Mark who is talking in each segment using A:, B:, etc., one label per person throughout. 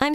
A: I'm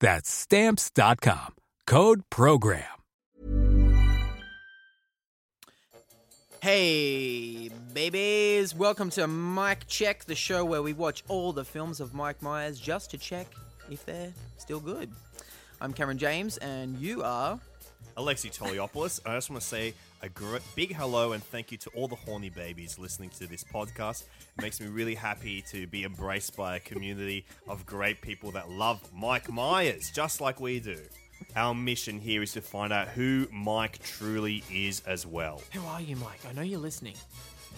B: That's stamps.com. Code program.
C: Hey, babies! Welcome to Mike Check, the show where we watch all the films of Mike Myers just to check if they're still good. I'm Cameron James, and you are.
D: Alexi Toliopoulos. I just want to say a gr- big hello and thank you to all the horny babies listening to this podcast. It makes me really happy to be embraced by a community of great people that love Mike Myers, just like we do. Our mission here is to find out who Mike truly is as well.
C: Who are you, Mike? I know you're listening.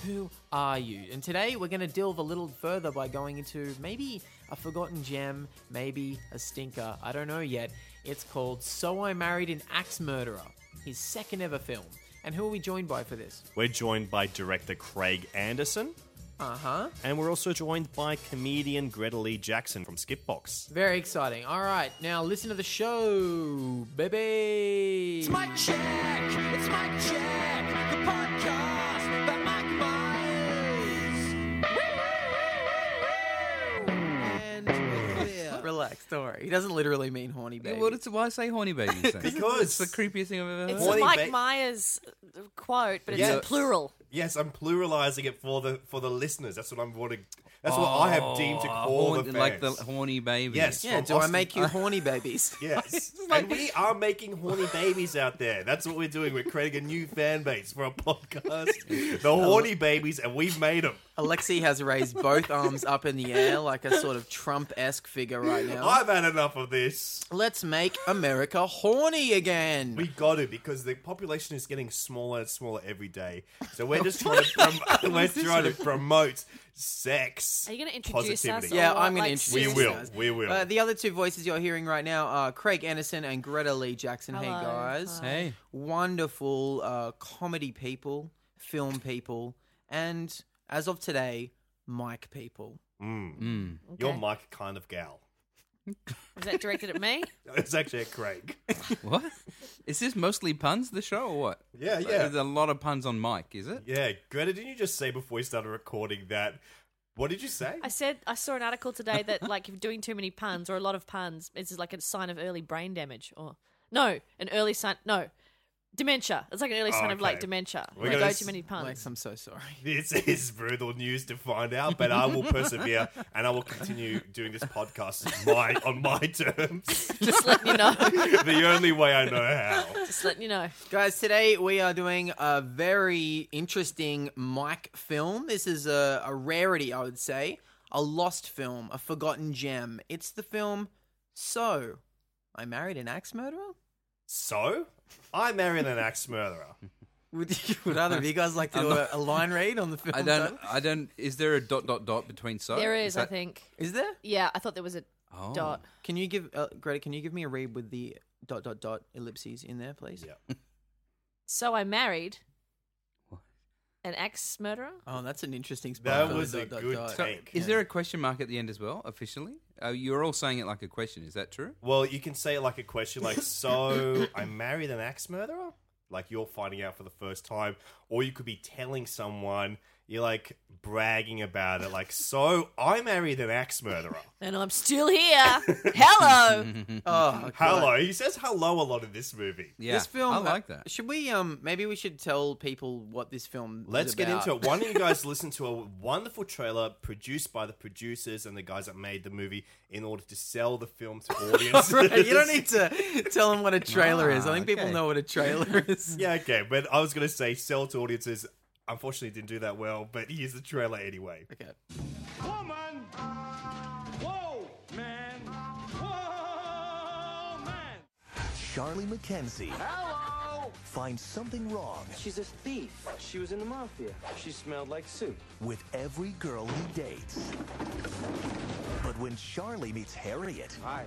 C: Who are you? And today we're going to delve a little further by going into maybe a forgotten gem, maybe a stinker. I don't know yet. It's called So I Married an Axe Murderer, his second ever film. And who are we joined by for this?
D: We're joined by director Craig Anderson,
C: Uh
E: Uh-huh.
C: huh.
D: and we're also joined by comedian Greta Lee Jackson from Skipbox.
C: Very exciting. All right, now listen to the show, baby.
F: It's Mike Check. It's Mike Check. The podcast by Mike Myers.
C: And relax, don't worry. He doesn't literally mean horny baby.
E: Well, it's, why say horny baby?
D: Because-
E: it's the creepiest thing I've ever heard.
G: It's
D: Horny
G: a Mike
D: ba-
G: Myers uh, quote, but it's
D: Yeah.
G: in plural.
D: Yes, I'm pluralizing it for the for the listeners. That's what I'm wanting. That's what I have deemed to
E: Oh,
D: call
E: horn-
D: the
E: like the
D: fans.
E: horny baby.
D: Yes.
C: yeah,
D: from
C: do I
D: Austin.
C: make you horny babies?
D: Yes, and we are making horny babies out there. That's what we're doing. We're creating a new fan base for our podcast, the horny babies, and we've made them.
C: Alexei has raised both arms up in the air like a sort of Trump esque figure right now.
D: I've had enough of this.
C: Let's make America horny again.
D: We got to because the population is getting smaller and smaller every day. So we're just trying to prom- we're trying to promote sex.
G: Are you gonna introduce us
D: positivity.
G: or-
C: yeah,
G: Or,
C: I'm going
G: like,
C: to
D: We
C: introduce
D: will.
C: you guys.
D: We will.
C: Uh, the other two voices you're hearing right now are Craig Anderson and Greta Lee Jackson. Hey,
G: Hello.
C: guys.
G: Hi.
E: Hey.
C: Wonderful uh, comedy people, film people, and as of today, mic people.
D: Mm.
E: Mm.
D: You're Mike kind of gal.
G: Is that directed at me?
D: It's actually a Craig.
E: What? Is this mostly puns, the show, or what?
D: Yeah, yeah.
E: There's a lot of puns on Mike, is it?
D: Yeah, Greta, didn't you just say before we started recording that? What did you say?
G: I said I saw an article today that like if doing too many puns or a lot of puns is like a sign of early brain damage or no, an early sign no. Dementia. It's like an early sign of like
D: okay.
G: dementia.
D: We're
G: when I
D: gonna
G: go
D: s-
G: too many puns.
C: Lex, I'm so sorry.
D: This is brutal news to find out, but I will persevere and I will continue doing this podcast my, on my terms.
G: Just letting you know.
D: the only way I know how.
G: Just letting you know.
C: Guys, today we are doing a very interesting mic film. This is a, a rarity, I would say. A lost film, a forgotten gem. It's the film So, I Married an Axe Murderer?
D: So, I married an axe murderer.
C: Would, you- would either of you guys like to do a, a line read on the film?
E: I don't.
C: title?
E: I don't. Is there a dot dot dot between so?
G: there is, I
E: that-
G: think.
C: Is there?
G: Yeah, I thought there was a
E: Oh.
G: dot.
C: Can you give uh, Greta? Can you give me a read with the dot dot dot ellipses in there, please?
D: Yeah.
G: So I married an ex murderer?
C: Oh, that's an interesting spot.
D: That was a good
E: So,
D: take.
E: is there a question mark at the end as well? Officially, uh, you're all saying it like a question. Is that true?
D: Well, you can say it like a question, like, so I married an axe murderer? like you're finding out for the first time, or you could be telling someone you're like bragging about it, like, so I married an axe murderer.
G: And I'm still here. Hello.
C: Oh,
D: Hello. He says hello a lot in this movie.
E: Yeah,
C: This film, uh,
E: I like that.
C: Should we? Um, maybe we should tell people what this film. is
D: Let's get
C: about.
D: into it. Why don't you guys listen to a wonderful trailer produced by the producers and the guys that made the movie in order to sell the film to audiences?
C: Right, you don't need to tell them what a trailer is. I
E: Ah,
C: think people
E: okay.
C: know what a trailer is.
D: Yeah, okay, but I was gonna say sell to audiences. Unfortunately, it didn't do that well. But here's the trailer anyway.
C: Okay.
F: Woman! Whoa, man! Whoa, man!
H: Charlie McKenzie
F: Hello!
H: finds something wrong
I: She's a thief. She was in the mafia. She smelled like soup.
H: with every girl he dates. But when Charlie meets Harriet,
I: Hi.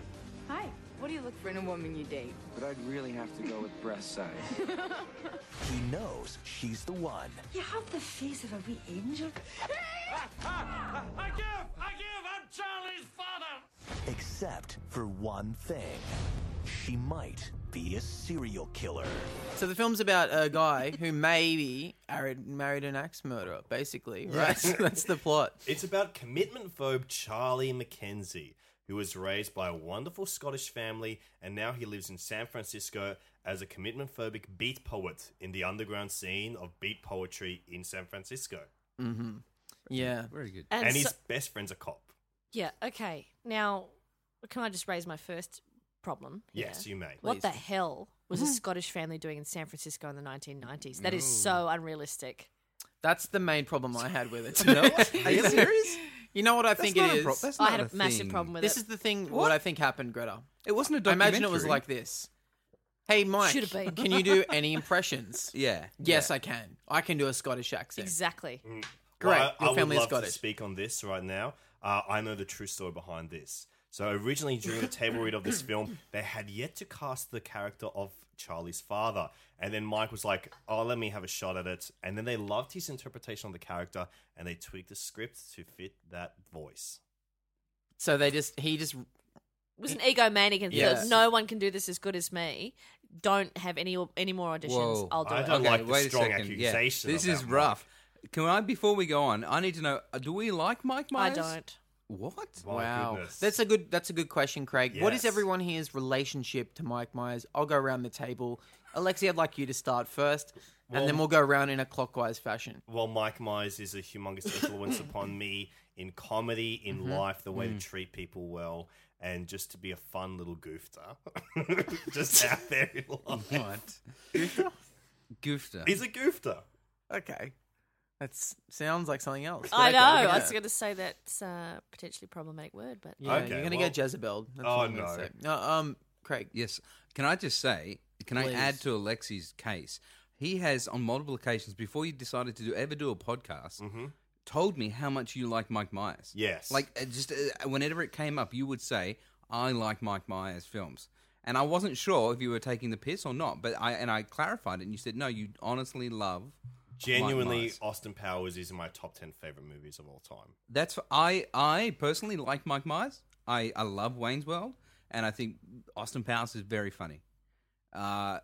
J: Hi. What do you look for in a woman you date?
I: But I'd really have to go with breast size.
H: he knows she's the one.
J: You have the face of a wee angel.
F: I give! I give! I'm Charlie's father!
H: Except for one thing. She might be a serial killer.
C: So the film's about a guy who maybe married, married an axe murderer, basically. Right. That's the plot.
D: It's about commitment phobe Charlie McKenzie, who was raised by a wonderful Scottish family, and now he lives in San Francisco as a commitment phobic beat poet in the underground scene of beat poetry in San Francisco.
E: Mm-hmm.
C: Yeah.
E: Uh, Very good.
D: And, his
G: so-
D: best friend's a cop.
G: yeah. Okay. Now, can I just raise my first problem? here?
D: Yes, you may.
G: What the hell was a
E: Mm-hmm.
G: Scottish family doing in San Francisco in the 1990s? That is so unrealistic.
C: That's the main problem I had with it.
E: Are you serious?
C: You know what I think it is.
E: that's
G: I
E: not
G: had a, massive
E: thing.
G: problem with
C: this
G: it.
C: is the thing. What?
E: What?
C: I think happened, Greta.
E: It wasn't a
C: I
E: documentary.
C: imagine it was like this. Hey, Mike.
G: Should've been.
C: Can you do any impressions?
E: Yeah.
C: Yes, I can. I can do a Scottish accent.
G: exactly.
C: Great.
D: Well, I,
C: Your
D: I would
C: family is
D: love to
C: Scottish.
D: speak on this right now. Uh, I know the true story behind this. So originally, during the table read of this film, they had yet to cast the character of Charlie's father, and then Mike was like, "Oh, let me have a shot at it." And then they loved his interpretation of the character, and they tweaked the script to fit that voice.
C: So they just he just
G: It was an egomaniac and
C: Yes.
G: thought, no one can do this as good as me. Don't have any any more auditions.
E: Whoa.
G: I'll do
D: I
G: it.
D: don't
E: Okay,
D: like the
E: wait a
D: strong
E: second. Yeah. This
D: accusation of
E: is
D: that, Mike.
E: rough. Can I, before we go on, I need to know: uh, Do we like Mike
G: I
E: Myers?
G: don't.
E: What?
D: My
C: wow.
D: goodness.
C: That's a good that's a good question, Craig. What is
D: Yes.
C: everyone here's relationship to Mike Myers? I'll go around the table. Alexi, I'd like you to start first, and then
D: Well-
C: we'll go around in a clockwise fashion.
D: well, Mike Myers is a humongous influence upon me in comedy, in
C: Mm-hmm.
D: life, the way
C: Mm.
D: to treat people well, and just to be a fun little goofter, just out there in life.
E: Goofter.
D: He's a goofter.
C: Okay. That sounds like something else.
G: I
C: Okay,
G: know.
C: yeah.
G: I was going to say that's a potentially problematic word, but
C: Yeah,
D: Okay,
C: you're gonna
D: well-
C: get Jezebel. That's
D: Oh,
C: what I'm gonna
D: no.
C: say. No, um, Craig.
E: Yes. Can I just say, can I
C: Please.
E: add to Alexi's case? He has, on multiple occasions, before you decided to do, ever do a podcast, told me how much you like Mike Myers.
D: Yes.
E: Like, uh, just uh, whenever it came up, you would say, I like Mike Myers films. And I wasn't sure if you were taking the piss or not, but I and I clarified it, and you said, no, you honestly love. Mike
D: Genuinely,
E: Myers.
D: Austin Powers is in my top 10 favorite movies of all time.
E: That's I I personally like Mike Myers. I, I love Wayne's World, and I think Austin Powers is very funny. Uh,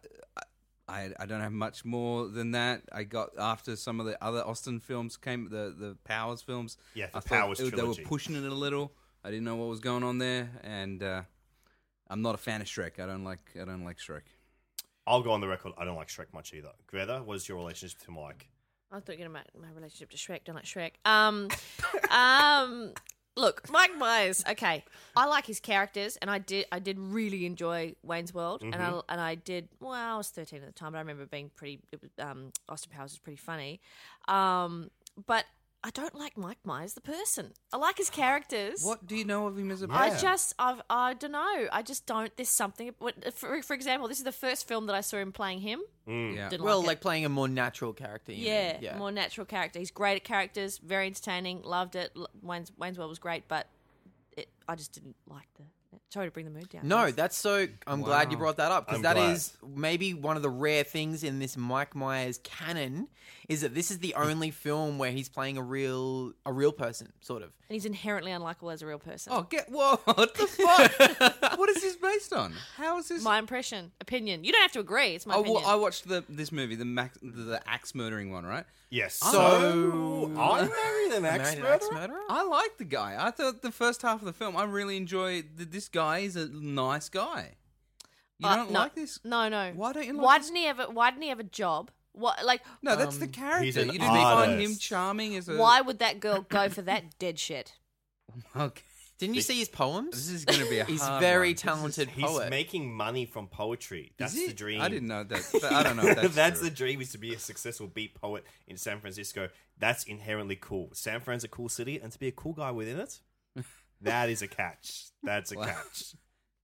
E: I I don't have much more than that. I got after some of the other Austin films came, the the Powers films.
D: Yeah, the
E: I thought
D: Powers
E: it- they were
D: trilogy.
E: pushing it a little. I didn't know what was going on there, and uh, I'm not a fan of Shrek. I don't like I don't like Shrek.
D: I'll go on the record. I don't like Shrek much either. Greta, what is your relationship to Mike?
G: I thought you were going to my relationship to Shrek. Don't like Shrek. Um, um, look, Mike Myers. Okay, I like his characters, and I did. I did really enjoy Wayne's World, and I and I did. Well, I was thirteen at the time, but I remember being pretty. It was, um, Austin Powers was pretty funny, um, but I don't like Mike Myers the person. I like his characters.
E: What do you know of him as a
G: I
E: person?
G: just, I've, I don't know. I just don't. There's something. what- For, for example, this is the first film that I saw him playing him.
E: Yeah.
G: Didn't
C: Well,
G: like, it.
C: like playing a more natural character. You
G: Yeah,
C: mean. yeah.
G: more natural character. He's great at characters, very entertaining. Loved it. L- Wayne's Wayne's World was great, but it, I just didn't like the Sorry to bring the mood down.
C: No,
G: guys.
C: that's so. I'm glad you
G: Wow.
C: brought that up because
D: I'm
C: that
D: glad.
C: is maybe one of the rare things in this Mike Myers canon is that this is the only film where he's playing a real a real person, sort of.
G: And he's inherently unlikable as a real person.
E: Oh, get what the fuck? what is this based on? How is this?
G: My impression, opinion. You don't have to agree. It's my
E: I,
G: opinion.
E: wa- Oh, I watched the this movie, the Max, the, the axe murdering one, right?
D: Yes.
E: I-
D: So, I married an
C: I
D: axe
C: married an axe
D: murderer?
C: murderer?
E: I like the guy. I thought the first half of the film, I really enjoyed that this guy is a nice guy. You
G: Uh,
E: don't
G: no,
E: like this?
G: No, no.
E: Why don't you like
G: Why
E: this?
G: didn't he ever? Why didn't he have a job? What like?
E: No, that's the
C: Um,
E: character. You
D: he's an
E: didn't find him
D: artist.
E: charming as a.
G: Why would that girl go for that dead shit?
E: Okay.
C: Didn't you see his poems?
E: This is going to be a
C: he's
E: hard
C: very
E: one.
C: talented
D: He's
C: poet.
D: making money from poetry.
E: Is
D: That's
E: it?
D: the dream.
E: I didn't know that. but I don't know. If that's
D: that's
E: true.
D: the dream is to be a successful beat poet in San Francisco. That's inherently cool. San Fran's a cool city, and to be a cool guy within it, that is a catch. That's a
E: Wow.
D: catch.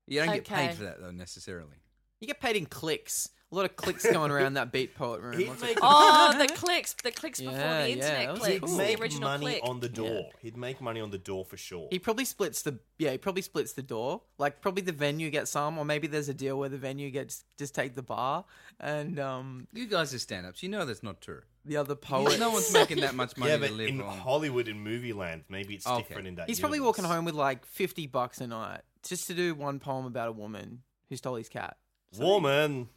E: You don't get
G: Okay.
E: paid for that though necessarily.
C: you get paid in clicks. A lot of clicks going around that beat poet room.
D: He'd
C: Lots of-
D: make,
G: Oh, the clicks, the clicks before
C: Yeah,
G: the
C: yeah,
G: internet
C: that was
G: clicks,
D: he'd
C: cool.
G: the
D: make
G: original
D: money
G: click.
D: on the door. He'd make money on the door for sure.
C: He probably splits the yeah. He probably splits the door. Like probably the venue gets some, or maybe there's a deal where the venue gets just take the bar, and um
E: You guys are stand-ups. You know that's not true.
C: the other poet.
E: No one's making that much money
D: yeah, but
E: to live
D: in
E: on.
D: Hollywood and movie land, maybe it's
E: Okay.
D: different in that.
C: He's probably
D: universe.
C: walking home with like fifty bucks a night just to do one poem about a woman who stole his cat.
D: Woman,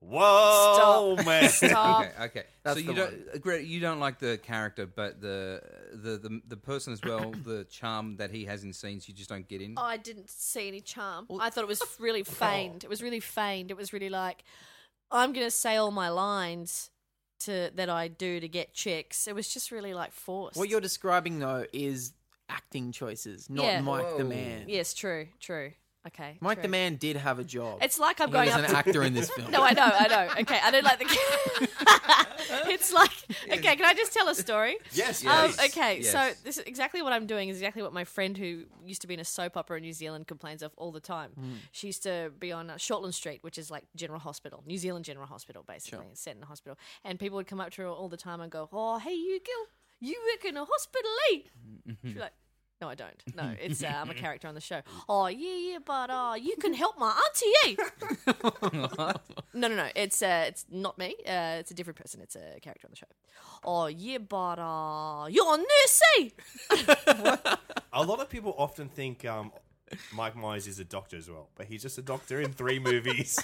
D: whoa,
G: Stop.
D: man.
G: Stop.
E: Okay, okay.
C: That's
E: so you
C: the
E: don't, uh, Greta, you don't like the character, but the the the, the person as well, the charm that he has in scenes, you just don't get in.
G: Oh, I didn't see any charm. I thought it was really
C: Oh.
G: feigned. It was really feigned. It was really like, I'm gonna say all my lines to that I do to get chicks. It was just really like forced.
C: What you're describing though is acting choices, not
G: Yeah.
C: Mike the
E: Whoa.
C: man.
G: Yes, true, true. Okay,
C: Mike the
G: true.
C: man did have a job.
G: It's like I'm
C: he
G: going
C: was
G: up
C: an
G: to-
C: actor in this film.
G: No, I know, I know. Okay, I don't like the. it's like okay. Can I just tell a story?
D: Yes,
G: Um,
D: yes.
G: okay, so
E: Yes.
G: this is exactly what I'm doing is exactly what my friend who used to be in a soap opera in New Zealand complains of all the time. She used to be on uh, Shortland Street, which is like General Hospital, New Zealand General Hospital, basically. It's set in a hospital, and people would come up to her all the time and go, "Oh, hey, you girl, you work in a hospital, eh?" She'd be like. No, I don't. No, it's uh, I'm a character on the show. Oh yeah, yeah, but uh, you can help my auntie. Eh? No, no, no. It's uh, it's not me. Uh, it's a different person. It's a character on the show. Oh yeah, but uh, you're a nurse, eh?
D: A lot of people often think um, Mike Myers is a doctor as well, but he's just a doctor in three movies.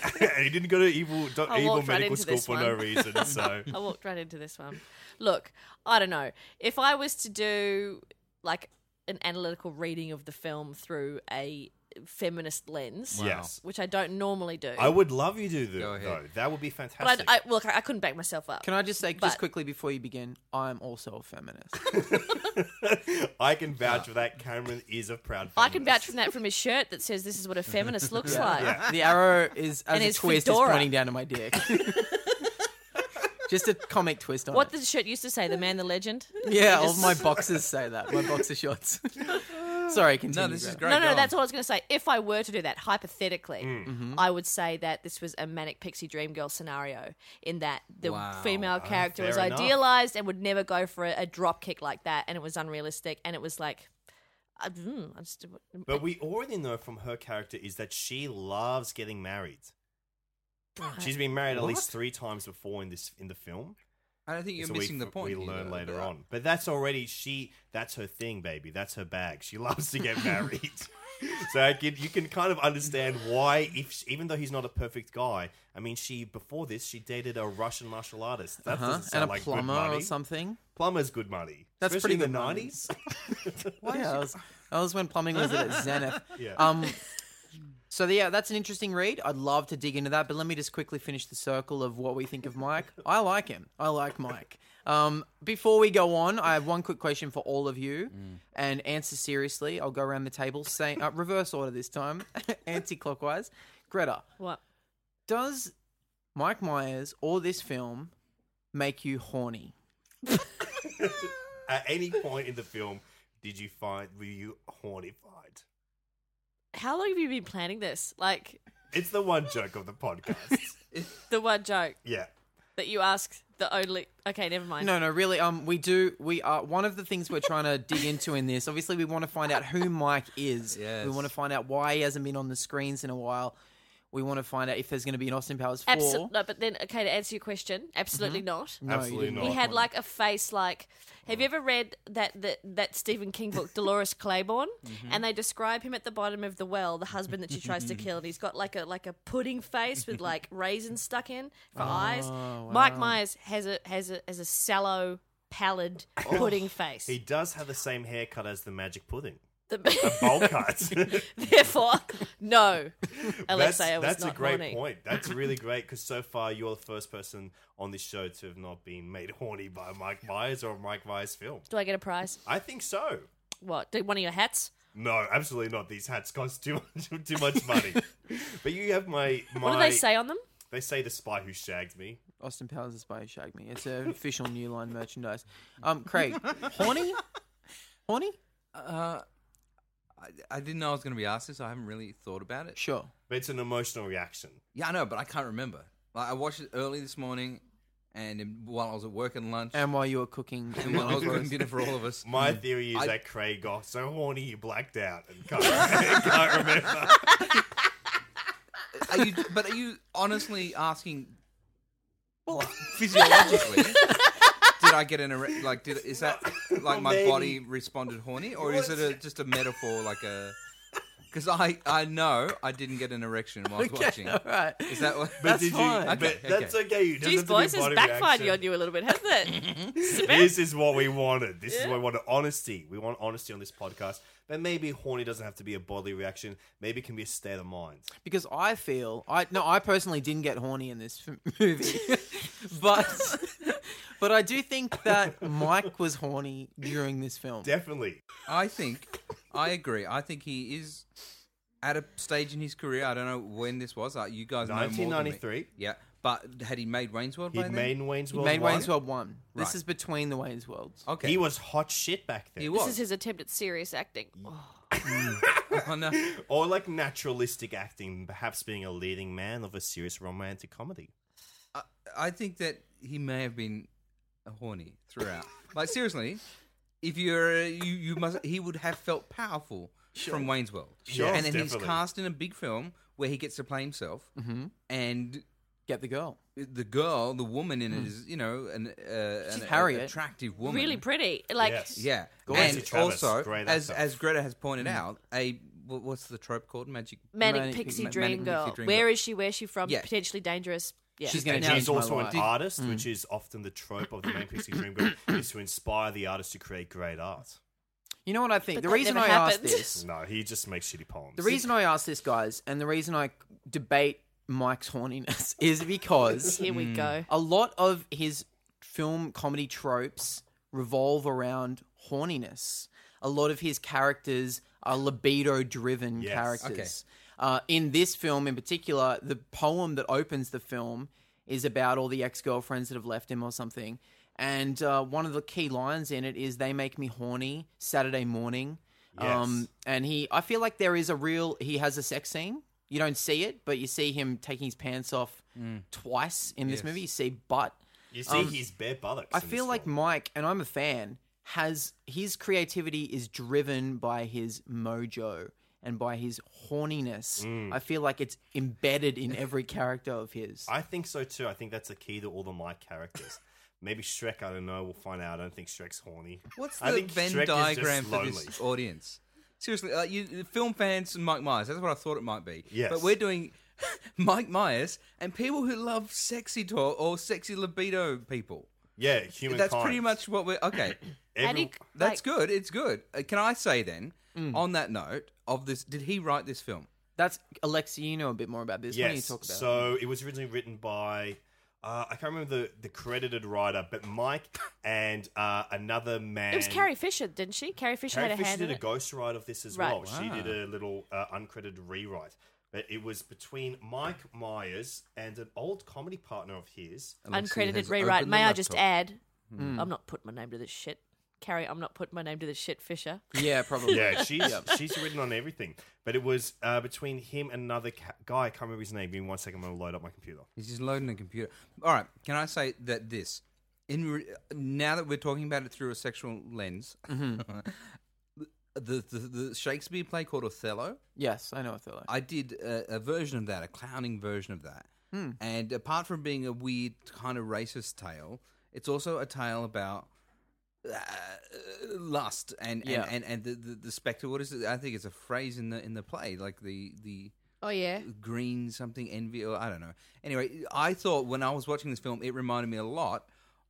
D: and he didn't go to evil, do-
G: I
D: evil
G: walked right
D: medical
G: into
D: school
G: this
D: for no
G: one.
D: reason. So
G: I walked right into this one. Look, I don't know. If I was to do like an analytical reading of the film through a feminist lens,
D: yes,
G: which I don't normally do,
D: I would love you to do
E: Go
D: though.
E: ahead.
D: That would be
G: but
D: fantastic.
G: I, I look, I, I couldn't back myself up.
C: Can I just say,
G: But-
C: just quickly before you begin, I'm also a feminist.
D: I can vouch for that. Cameron is a proud.
G: I can
D: feminist.
G: vouch from that from his shirt that says this is what a feminist looks like.
C: the arrow is as
G: And
C: a
G: his
C: twist
G: fedora.
C: is pointing down to my dick. just a comic twist on
G: What
C: it.
G: the shirt used to say, the man, the legend.
C: yeah, all
G: just-
C: my boxers say that. My boxer shorts. Sorry, continue.
E: no, this is
C: Greta.
E: great.
G: No, no,
E: go
G: no,
E: on.
G: that's all I was going to say. If I were to do that, hypothetically,
D: Mm.
C: Mm-hmm.
G: I would say that this was a manic pixie dream girl scenario in that the
E: Wow.
G: female
D: Ah,
G: character was
D: fair enough.
G: idealized and would never go for a, a drop kick like that, and it was unrealistic, and it was like, I, mm, I just,
D: But we already know from her character is that she loves getting married. She's been married at least
E: What?
D: three times before in this in the film.
E: I don't think you're
D: So we-
E: missing the point.
D: We
E: here,
D: learn
E: though.
D: later on, but that's already she. That's her thing, baby. That's her bag. She loves to get married. so I can, you can kind of understand why, if she- even though he's not a perfect guy, I mean, she before this she dated a Russian martial artist. That
C: Uh-huh.
D: doesn't sound
C: And a
D: like good
C: plumber
D: money.
C: or something.
D: Plumber's good money.
C: That's
D: Especially
C: pretty
D: in the
C: good money.
D: nineties.
C: yeah, that was, that was when plumbing was at its zenith.
D: Yeah.
C: Um, so yeah, that's an interesting read. I'd love to dig into that, but let me just quickly finish the circle of what we think of Mike. I like him. I like Mike. Um, before we go on, I have one quick question for all of you,
D: Mm.
C: and answer seriously. I'll go around the table, saying uh, reverse order this time, anti-clockwise. Greta,
G: what?
C: does Mike Myers or this film make you horny?
D: At any point in the film, did you find were you hornified?
G: How long have you been planning this? Like
D: It's the one joke of the podcast.
G: the one joke.
D: Yeah.
G: that you ask the only. Okay, never mind.
C: No, no, really. Um, we do. We are one of the things we're trying to dig into in this. Obviously, we want to find out who Mike is. We want to find out why he hasn't been on the screens in a while. We want to find out if there's going to be an Austin Powers four.
G: Absolutely. No, but then, okay, to answer your question, absolutely
C: Mhm.
G: not.
C: No, you Absolutely didn't.
G: He
C: not.
G: had like a face like. Have you ever read that that, that Stephen King book, Dolores Claiborne?
D: Mm-hmm.
G: And they describe him at the bottom of the well, the husband that she tries to kill, and he's got like a like a pudding face with like raisins stuck in for eyes.
D: Oh,
G: Mike
D: wow.
G: Myers has a has a has a sallow, pallid pudding face.
D: Oh, He does have the same haircut as the Magic Pudding.
G: The-
D: a bowl cut.
G: Therefore, no,
D: that's
G: Alexei I was
D: that's
G: not
D: a great
G: horny.
D: point. That's really great because so far you're the first person on this show to have not been made horny by Mike Myers or a Mike Myers film.
G: Do I get a prize?
D: I think so.
G: What? Do one of your hats?
D: No, absolutely not. These hats cost too much, too much money. but you have my, my.
G: What do they say on them?
D: They say the spy who shagged me.
C: Austin Powers is by Shag Me. It's an official New Line merchandise. Um, Craig, horny, horny.
E: Uh, I, I didn't know I was going to be asked this. I haven't really thought about it.
C: Sure.
D: But it's an emotional reaction.
E: Yeah, I know, but I can't remember. Like, I watched it early this morning, and in, while I was at work and lunch,
C: And while you were cooking,
E: and while I was cooking dinner for all of us.
G: Hmm.
D: My theory is
E: I-
D: that Craig got so horny he blacked out and can't, can't remember.
E: Are you, but are you honestly asking?
C: Well,
E: physiologically, did I get an erect? Like, did is that like my
D: Maybe.
E: body responded horny, or is it a, just a metaphor? Like a because I I know I didn't get an erection whilst
G: Okay,
E: watching.
G: all right.
E: Is that what?
D: But did you? but that's okay. You
G: Geez,
D: doesn't have
G: boys,
D: to be a body
G: it's backfired
D: reaction.
G: on you a little bit, hasn't it?
D: This is what we wanted. This is
G: Yeah.
D: what we wanted. Honesty. We want honesty on this podcast. But maybe horny doesn't have to be a bodily reaction. Maybe it can be a state of mind.
C: because I feel I no, I personally didn't get horny in this f- movie, but but I do think that Mike was horny during this film.
D: Definitely,
E: I think I agree. I think he is at a stage in his career. I don't know when this was. Uh, you guys know more than me.
D: 1993.
E: Yeah, but had he made Wayne's World? by
D: He'd
E: then?
D: made Wayne's
C: He
D: World.
C: made
D: one.
C: Wayne's World one. This
E: Right.
C: is between the Wayne's Worlds.
E: Okay,
D: He was hot shit back then.
E: He
G: This
E: was.
G: is his attempt at serious acting.
E: Oh, no.
D: Or like naturalistic acting, perhaps being a leading man of a serious romantic comedy.
E: I think that he may have been horny throughout. like seriously, if you're uh, you you must he would have felt powerful from Wayne's World.
D: Sure.
E: and then
D: Definitely.
E: he's cast in a big film where he gets to play himself
C: Mm-hmm.
E: and
C: Get the girl.
E: the girl, the woman in
D: Mm.
E: it is, you know, an uh, an a-
C: Harriet.
E: attractive woman.
G: Really pretty. Like,
D: Yes.
E: Yeah.
D: Go
E: and
D: Nancy Travis,
E: also
D: great
E: as
D: actor.
E: as Greta has pointed out, a wha- what's the trope called? Magic
G: Manic,
C: Manic
G: Pixie
E: Pixie-
G: Dream
E: Manic
G: Girl.
E: Pixie Dream
G: Where
E: Girl.
G: is she? Where's she from?
E: Yeah.
G: Potentially dangerous. Yeah.
C: She's gonna
E: And
C: change
D: She's
C: my
D: also an
C: life.
D: artist, which is often the trope of the main pixie dream girl, is to inspire the artist to create great art.
C: You know what I think?
G: But
C: the
G: that
C: reason
G: never
C: I
G: happened.
C: asked this,
D: No, he just makes shitty poems.
C: the reason I asked this, guys, and the reason I debate Mike's horniness is because
G: Here
E: Mm.
G: we go.
C: a lot of his film comedy tropes revolve around horniness. A lot of his characters are libido driven
D: Yes.
C: characters. Uh, in this film, in particular, the poem that opens the film is about all the ex girlfriends that have left him or something. And uh, one of the key lines in it is, They make me horny Saturday morning. Um,
D: Yes.
C: and he, I feel like there is a real, he has a sex scene. You don't see it, but you see him taking his pants off twice in this
E: Yes.
C: movie. You see butt.
D: you see
C: um,
D: his bare buttocks.
C: I
D: in
C: feel
D: this
C: like
D: film.
C: Mike, and I'm a fan, has his creativity is driven by his mojo and by his horniness. I feel like it's embedded in every character of his.
D: I think so too. I think that's the key to all the Mike characters. Maybe Shrek, I don't know. We'll find out. I don't think Shrek's horny.
E: What's
D: I
E: the
D: think
E: Venn
D: Shrek is just
E: diagram for
D: lonely.
E: this audience? Seriously, like you, film fans and Mike Myers. That's what I thought it might be.
D: Yes.
E: But we're doing Mike Myers and people who love sexy talk or sexy libido people.
D: Yeah, human.
E: That's pretty much what we're. Okay.
G: And he,
E: That's good. It's good. Uh, Can I say then,
G: Mm.
E: on that note, of this, did he write this film?
C: That's Alexi, you know a bit more about this. Why don't you
D: Yes.
C: talk about it?
D: so it was originally written by uh, I can't remember the, the credited writer, but Mike and uh, another man.
G: it was Carrie Fisher, didn't she? Carrie Fisher
D: Carrie
G: had a
D: Fisher
G: hand
D: did
G: in
D: a
G: it.
D: ghostwrite of this as
G: Right.
D: well. She
E: Wow.
D: did a little uh, uncredited rewrite, but it was between Mike Myers and an old comedy partner of his.
E: Unless he
G: Uncredited
E: has
G: rewrite.
E: opened the
G: May I just
E: laptop.
G: add? I'm not putting my name to this shit. Carrie, I'm not putting my name to this shit, Fisher.
D: Yeah, she's she's written on everything. But it was uh, between him and another ca- guy. I can't remember his name. Give me one second. I'm gonna load up my computer.
E: He's just loading a computer. All right, can I say that this? In re- now that we're talking about it through a sexual lens,
C: Mhm.
E: the, the the Shakespeare play called Othello.
C: Yes, I know Othello.
E: I did a, a version of that, a clowning version of that.
C: Hmm.
E: And apart from being a weird kind of racist tale, it's also a tale about uh, lust and and,
C: Yeah.
E: and, and the, the the specter. What is it? I think it's a phrase in the in the play, like the the
G: Oh yeah.
E: green something envy or I don't know. Anyway, I thought when I was watching this film, it reminded me a lot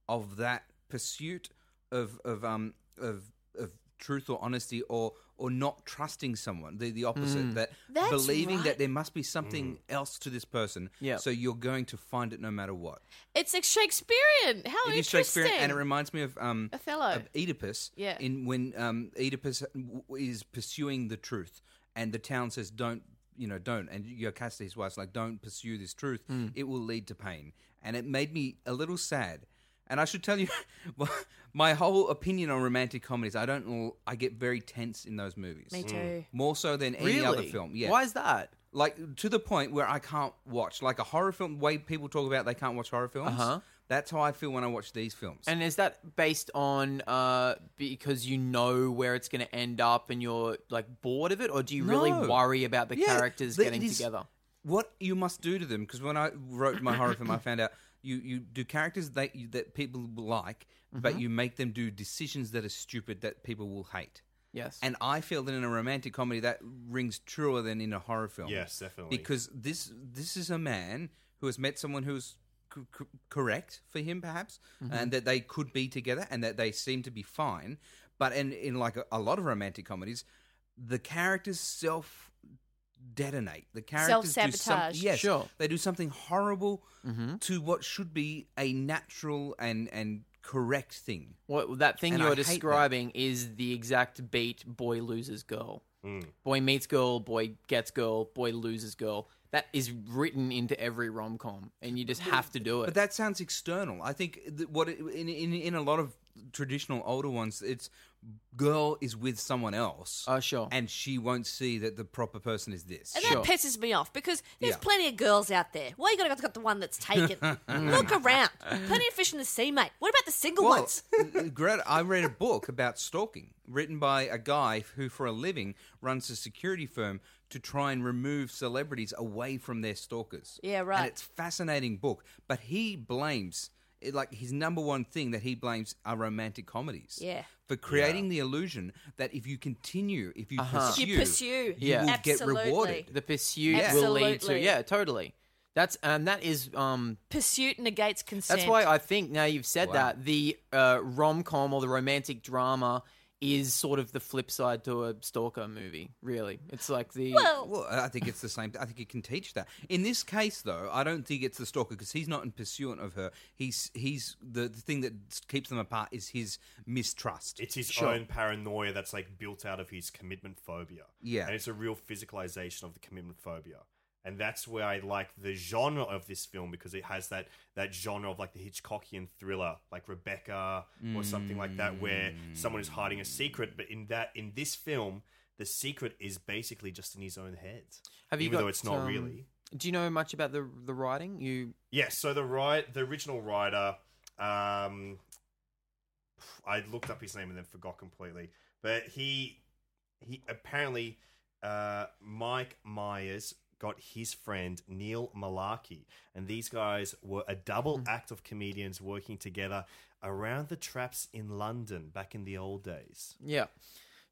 E: of that pursuit of of um of of truth or honesty or or not trusting someone. The the opposite
C: Mm.
E: that
G: That's
E: believing
G: right.
E: that there must be something else to this person.
C: Yeah.
E: So you're going to find it no matter what.
G: It's like Shakespearean. How
E: it is
G: Oh, interesting.
E: Shakespearean, and it reminds me of um
G: Othello.
E: of Oedipus.
G: Yeah.
E: In when um Oedipus w- w- is pursuing the truth, and the town says, "Don't." You know, don't and Yocasta's wife's like, don't pursue this truth.
C: Hmm.
E: It will lead to pain, and it made me a little sad. And I should tell you, my whole opinion on romantic comedies, I don't, l- I get very tense in those movies.
G: Me Mm. too.
E: More so than any
C: Really?
E: other film. Yeah.
C: Hmm. Why is that?
E: Like to the point where I can't watch like a horror film. Way people talk about they can't watch horror films.
C: Uh-huh.
E: That's how I feel when I watch these films.
C: And is that based on uh, because you know where it's going to end up and you're like bored of it, or do you really
E: No.
C: worry about the
E: Yeah,
C: characters
E: the-
C: getting
E: it is
C: together?
E: What you must do to them, because when I wrote my horror film, I found out you, you do characters that you, that people like, but
C: Mhm.
E: you make them do decisions that are stupid that people will hate.
C: Yes.
E: And I feel that in a romantic comedy that rings truer than in a horror film.
D: Yes, definitely.
E: Because this this is a man who has met someone who's c- c- correct for him, perhaps, and that they could be together and that they seem to be fine. But in in like a, a lot of romantic comedies, the characters self detonate. The characters do some,
G: Self-sabotage.
E: yes,
C: Sure.
E: they do something horrible
C: Mhm.
E: to what should be a natural and and correct thing.
C: What that thing
E: And
C: you're
E: I hate that.
C: describing is the exact beat boy loses girl.
E: Mm.
C: Boy meets girl, boy gets girl, boy loses girl. That is written into every rom com, and you just have to do it.
E: But that sounds external. I think that what it, in, in in a lot of traditional older ones, it's girl is with someone else,
C: Oh, sure.
E: and she won't see that the proper person is this.
G: And that pisses me off because there's
E: Yeah.
G: plenty of girls out there. Why you gotta go to the one that's taken?
C: Mm.
G: Look around. Plenty of fish in the sea, mate. What about the single
E: Well,
G: ones?
E: Greta, I read a book about stalking written by a guy who, for a living, runs a security firm to try and remove celebrities away from their stalkers.
G: Yeah, right.
E: And it's a fascinating book, but he blames it- like his number one thing that he blames are romantic comedies.
G: Yeah.
E: For creating the illusion that if you continue, if you
C: Uh-huh.
E: pursue,
G: If you pursue,
E: you
C: Yeah.
E: will
G: absolutely.
E: get rewarded.
C: the pursuit will lead to
G: Absolutely.
C: yeah, totally. That's and that is um
G: Pursuit negates consent.
C: That's why I think now you've said
E: Wow.
C: that the uh, rom com or the romantic drama is sort of the flip side to a stalker movie. Really, it's like the
G: Well,
E: Well, I think it's the same. I think it can teach that. In this case, though, I don't think it's the stalker because he's not in pursuit of her. He's he's the, the thing that keeps them apart is his mistrust.
D: It's his
C: Sure.
D: own paranoia that's like built out of his commitment phobia.
E: Yeah.
D: And it's a real physicalization of the commitment phobia. And that's where I like the genre of this film because it has that that genre of like the Hitchcockian thriller, like Rebecca or something like that, where someone is hiding a secret. But in that in this film, the secret is basically just in his own head.
C: have you
D: even
C: got?
D: though it's not
C: um,
D: really.
C: Do you know much about the the writing? You
D: Yes, so the right, the original writer, um, I looked up his name and then forgot completely. But he, he apparently, uh, Mike Myers got his friend Neil Malarkey, and these guys were a double act of comedians working together around the traps in London back in the old days.
C: yeah.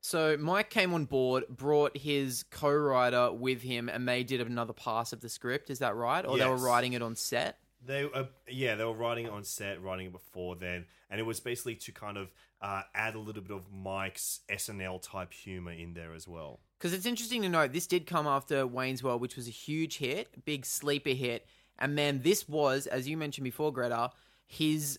C: So Mike came on board, brought his co-writer with him, and they did another pass of the script. Is that right? Or they were
D: Yes.
C: writing it on set?
D: They uh, yeah, they were writing it on set, writing it before then, and it was basically to kind of uh, add a little bit of Mike's SNL type humor in there as well.
C: Because it's interesting to note this did come after Wayne's World, which was a huge hit, big sleeper hit, and man, this was, as you mentioned before, Greta, his.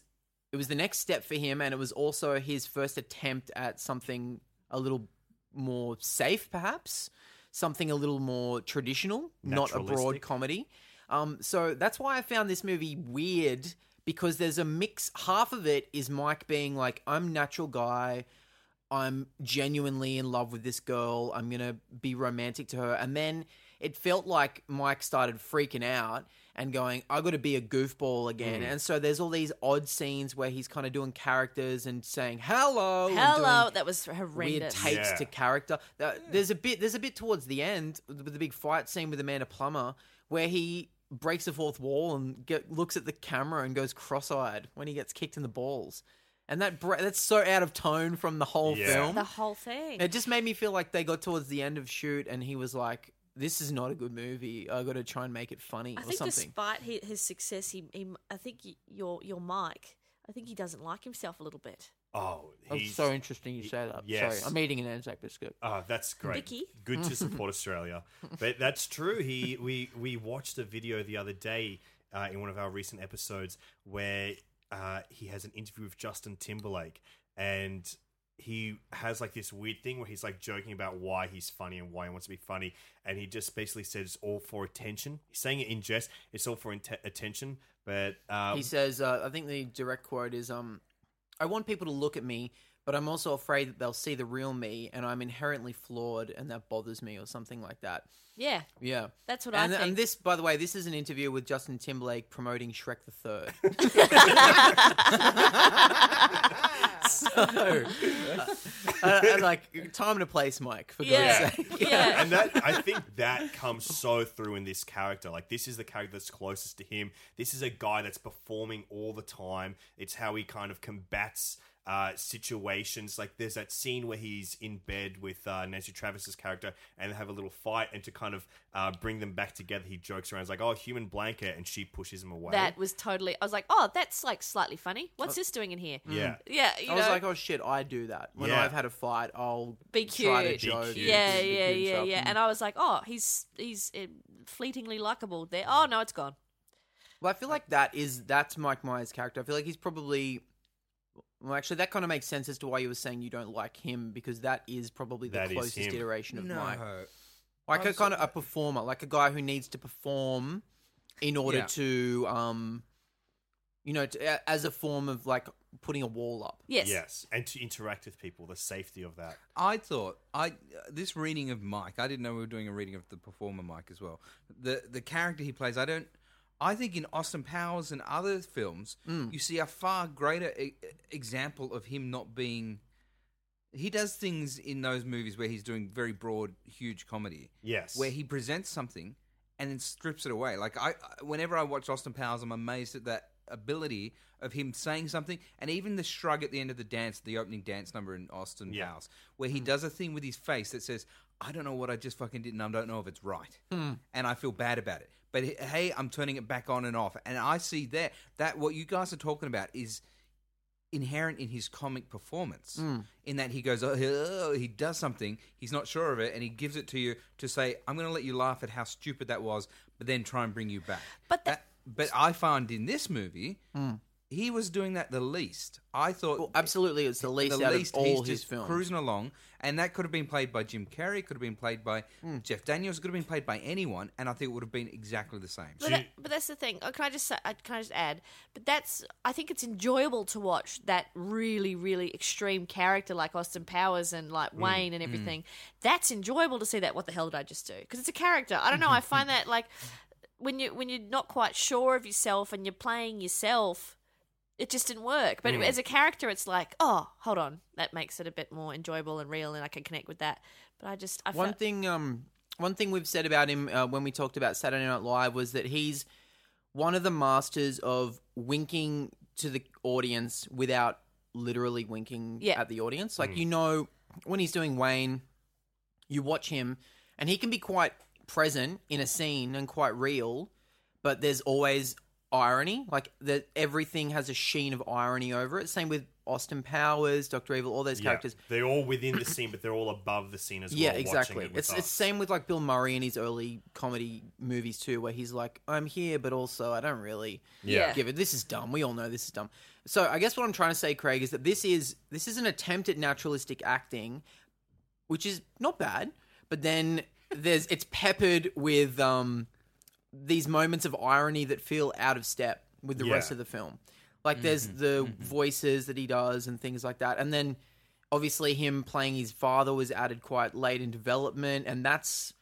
C: It was the next step for him, and it was also his first attempt at something a little more safe, perhaps something a little more traditional, not a broad
D: Naturalistic.
C: comedy. Um, so that's why I found this movie weird because there's a mix. Half of it is Mike being like, I'm natural guy. I'm genuinely in love with this girl. I'm going to be romantic to her. And then it felt like Mike started freaking out and going, I got to be a goofball again.
G: Mm.
C: And so there's all these odd scenes where he's kind of doing characters and saying, hello. and
G: Hello,
C: doing
G: that was horrendous.
C: Weird takes to character. Th- There's a bit. There's a bit towards the end with the big fight scene with Amanda Plummer, where he breaks the fourth wall and get, looks at the camera and goes cross-eyed when he gets kicked in the balls, and that bra- that's so out of tone from the whole film.
G: The whole thing.
C: It just made me feel like they got towards the end of shoot, and he was like, "This is not a good movie. I got to try and make it funny
G: I
C: or
G: think
C: something."
G: despite his, his success, he, he I think y- your your Mike, I think he doesn't like himself a little bit.
D: Oh,
C: Oh,
D: he's
C: so interesting you say that.
D: yes.
C: Sorry, I'm eating an Anzac biscuit.
D: Oh, that's great.
G: Vicky.
D: Good to support Australia. But that's true. He we we watched a video the other day uh, in one of our recent episodes where uh, he has an interview with Justin Timberlake and he has like this weird thing where he's like joking about why he's funny and why he wants to be funny and he just basically says it's all for attention he's saying it in jest it's all for inte- attention but uh,
C: he
G: Um,
C: says, uh, I think the direct quote is, um, I want people to look at me, but I'm also afraid that they'll see the real me and I'm inherently flawed and that bothers me or something like that.
G: Yeah,
C: Yeah.
G: That's what I
C: and,
G: think.
C: And this, by the way, this is an interview with Justin Timberlake promoting Shrek the Third. so, uh, uh, like, time and a place, Mike, for
D: Yeah.
C: God's sake.
D: And that I think that comes so through in this character. Like this is the character that's closest to him. This is a guy that's performing all the time. It's how he kind of combats uh, situations. Like there's that scene where he's in bed with uh, Nancy Travis's character and they have a little fight, and to kind of uh, bring them back together, he jokes around. He's like, "Oh, human blanket," and she pushes him away.
G: that was totally. I was like, oh, that's like slightly funny. What's
D: Oh.
G: this doing in here?
D: Yeah.
G: yeah. You
C: Uh, I was
G: know,
C: like, oh shit, I do that. When
D: Yeah.
C: I've had a fight, I'll
G: be
C: Try to
G: cute.
C: joke.
G: Yeah, yeah,
C: and
G: yeah,
C: stuff.
G: yeah. And I was like, oh, he's he's uh, fleetingly likable there. Oh no, it's gone.
C: Well, I feel like that is that's Mike Myers' character. I feel like he's probably. Well, actually, that kind of makes sense as to why you were saying you don't like him because that is probably the
D: That is
C: closest
D: him.
C: iteration of
E: No.
C: Mike. Like a
E: I'm so-
C: kind of a performer, like a guy who needs to perform in order
E: Yeah.
C: to, um, you know, to, a- as a form of like putting a wall up.
D: yes, and to interact with people, the safety of that.
E: I thought I this reading of Mike. I didn't know we were doing a reading of the performer Mike as well. The the character he plays. I don't. I think in Austin Powers and other films, you see a far greater e- example of him not being. He does things in those movies where he's doing very broad, huge comedy.
D: Yes.
E: where he presents something and then strips it away. Like I, I- whenever I watch Austin Powers, I'm amazed at that ability of him saying something, and even the shrug at the end of the dance, the opening dance number in Austin
D: Yeah.
E: Powers, where he does a thing with his face that says, "I don't know what I just fucking did, and I don't know if it's right,
F: Hmm.
E: and I feel bad about it." But he- hey, I'm turning it back on and off, and I see that that what you guys are talking about is inherent in his comic performance
C: Hmm.
F: Mm.
E: in that he goes oh, oh," he does something he's not sure of it and he gives it to you to say i'm going to let you laugh at how stupid that was but then try and bring you back but that, but i found in this movie
C: Hmm.
E: he was doing that the least i thought
C: absolutely it's the least out of all his films.
E: cruising along and that could have been played by jim carrey could have been played by
C: Hmm.
E: jeff daniels could have been played by anyone and i think it would have been exactly the same
G: But, that, but that's the thing. Oh, can I just say, uh, can I just add? But that's I think it's enjoyable to watch that really really extreme character like Austin Powers and like
K: Mm,
G: Wayne and
K: mm.
G: everything. That's enjoyable to see that. What the hell did I just do? Because it's a character. I don't know. I find that like when you when you're not quite sure of yourself and you're playing yourself, it just didn't work. But
K: Mm.
G: as a character, it's like oh hold on, that makes it a bit more enjoyable and real, and I can connect with that. But I just I
C: one
G: felt,
C: thing, um, one thing we've said about him uh, when we talked about Saturday Night Live was that he's one of the masters of winking to the audience without literally winking
F: Yeah.
C: at the audience. Like
F: Mm.
C: you know, when he's doing Wayne, you watch him, and he can be quite present in a scene and quite real, but there's always irony. Like that, everything has a sheen of irony over it. Same with Austin Powers, Doctor Evil, all those
D: Yeah.
C: characters.
D: They're all within the scene, but they're all above the scene as
C: yeah,
D: well. watching
C: exactly.
D: it with
C: it's
D: us.
C: it's same with like Bill Murray in his early comedy movies too, where he's like, "I'm here, but also I don't really
D: Yeah.
C: give it. This is dumb. We all know this is dumb." So I guess what I'm trying to say, Craig, is that this is this is an attempt at naturalistic acting, which is not bad, but then there's it's peppered with um, these moments of irony that feel out of step. with the
D: Yeah.
C: rest of the film. Like there's the voices that he does and things like that. And then obviously him playing his father was added quite late in development and that's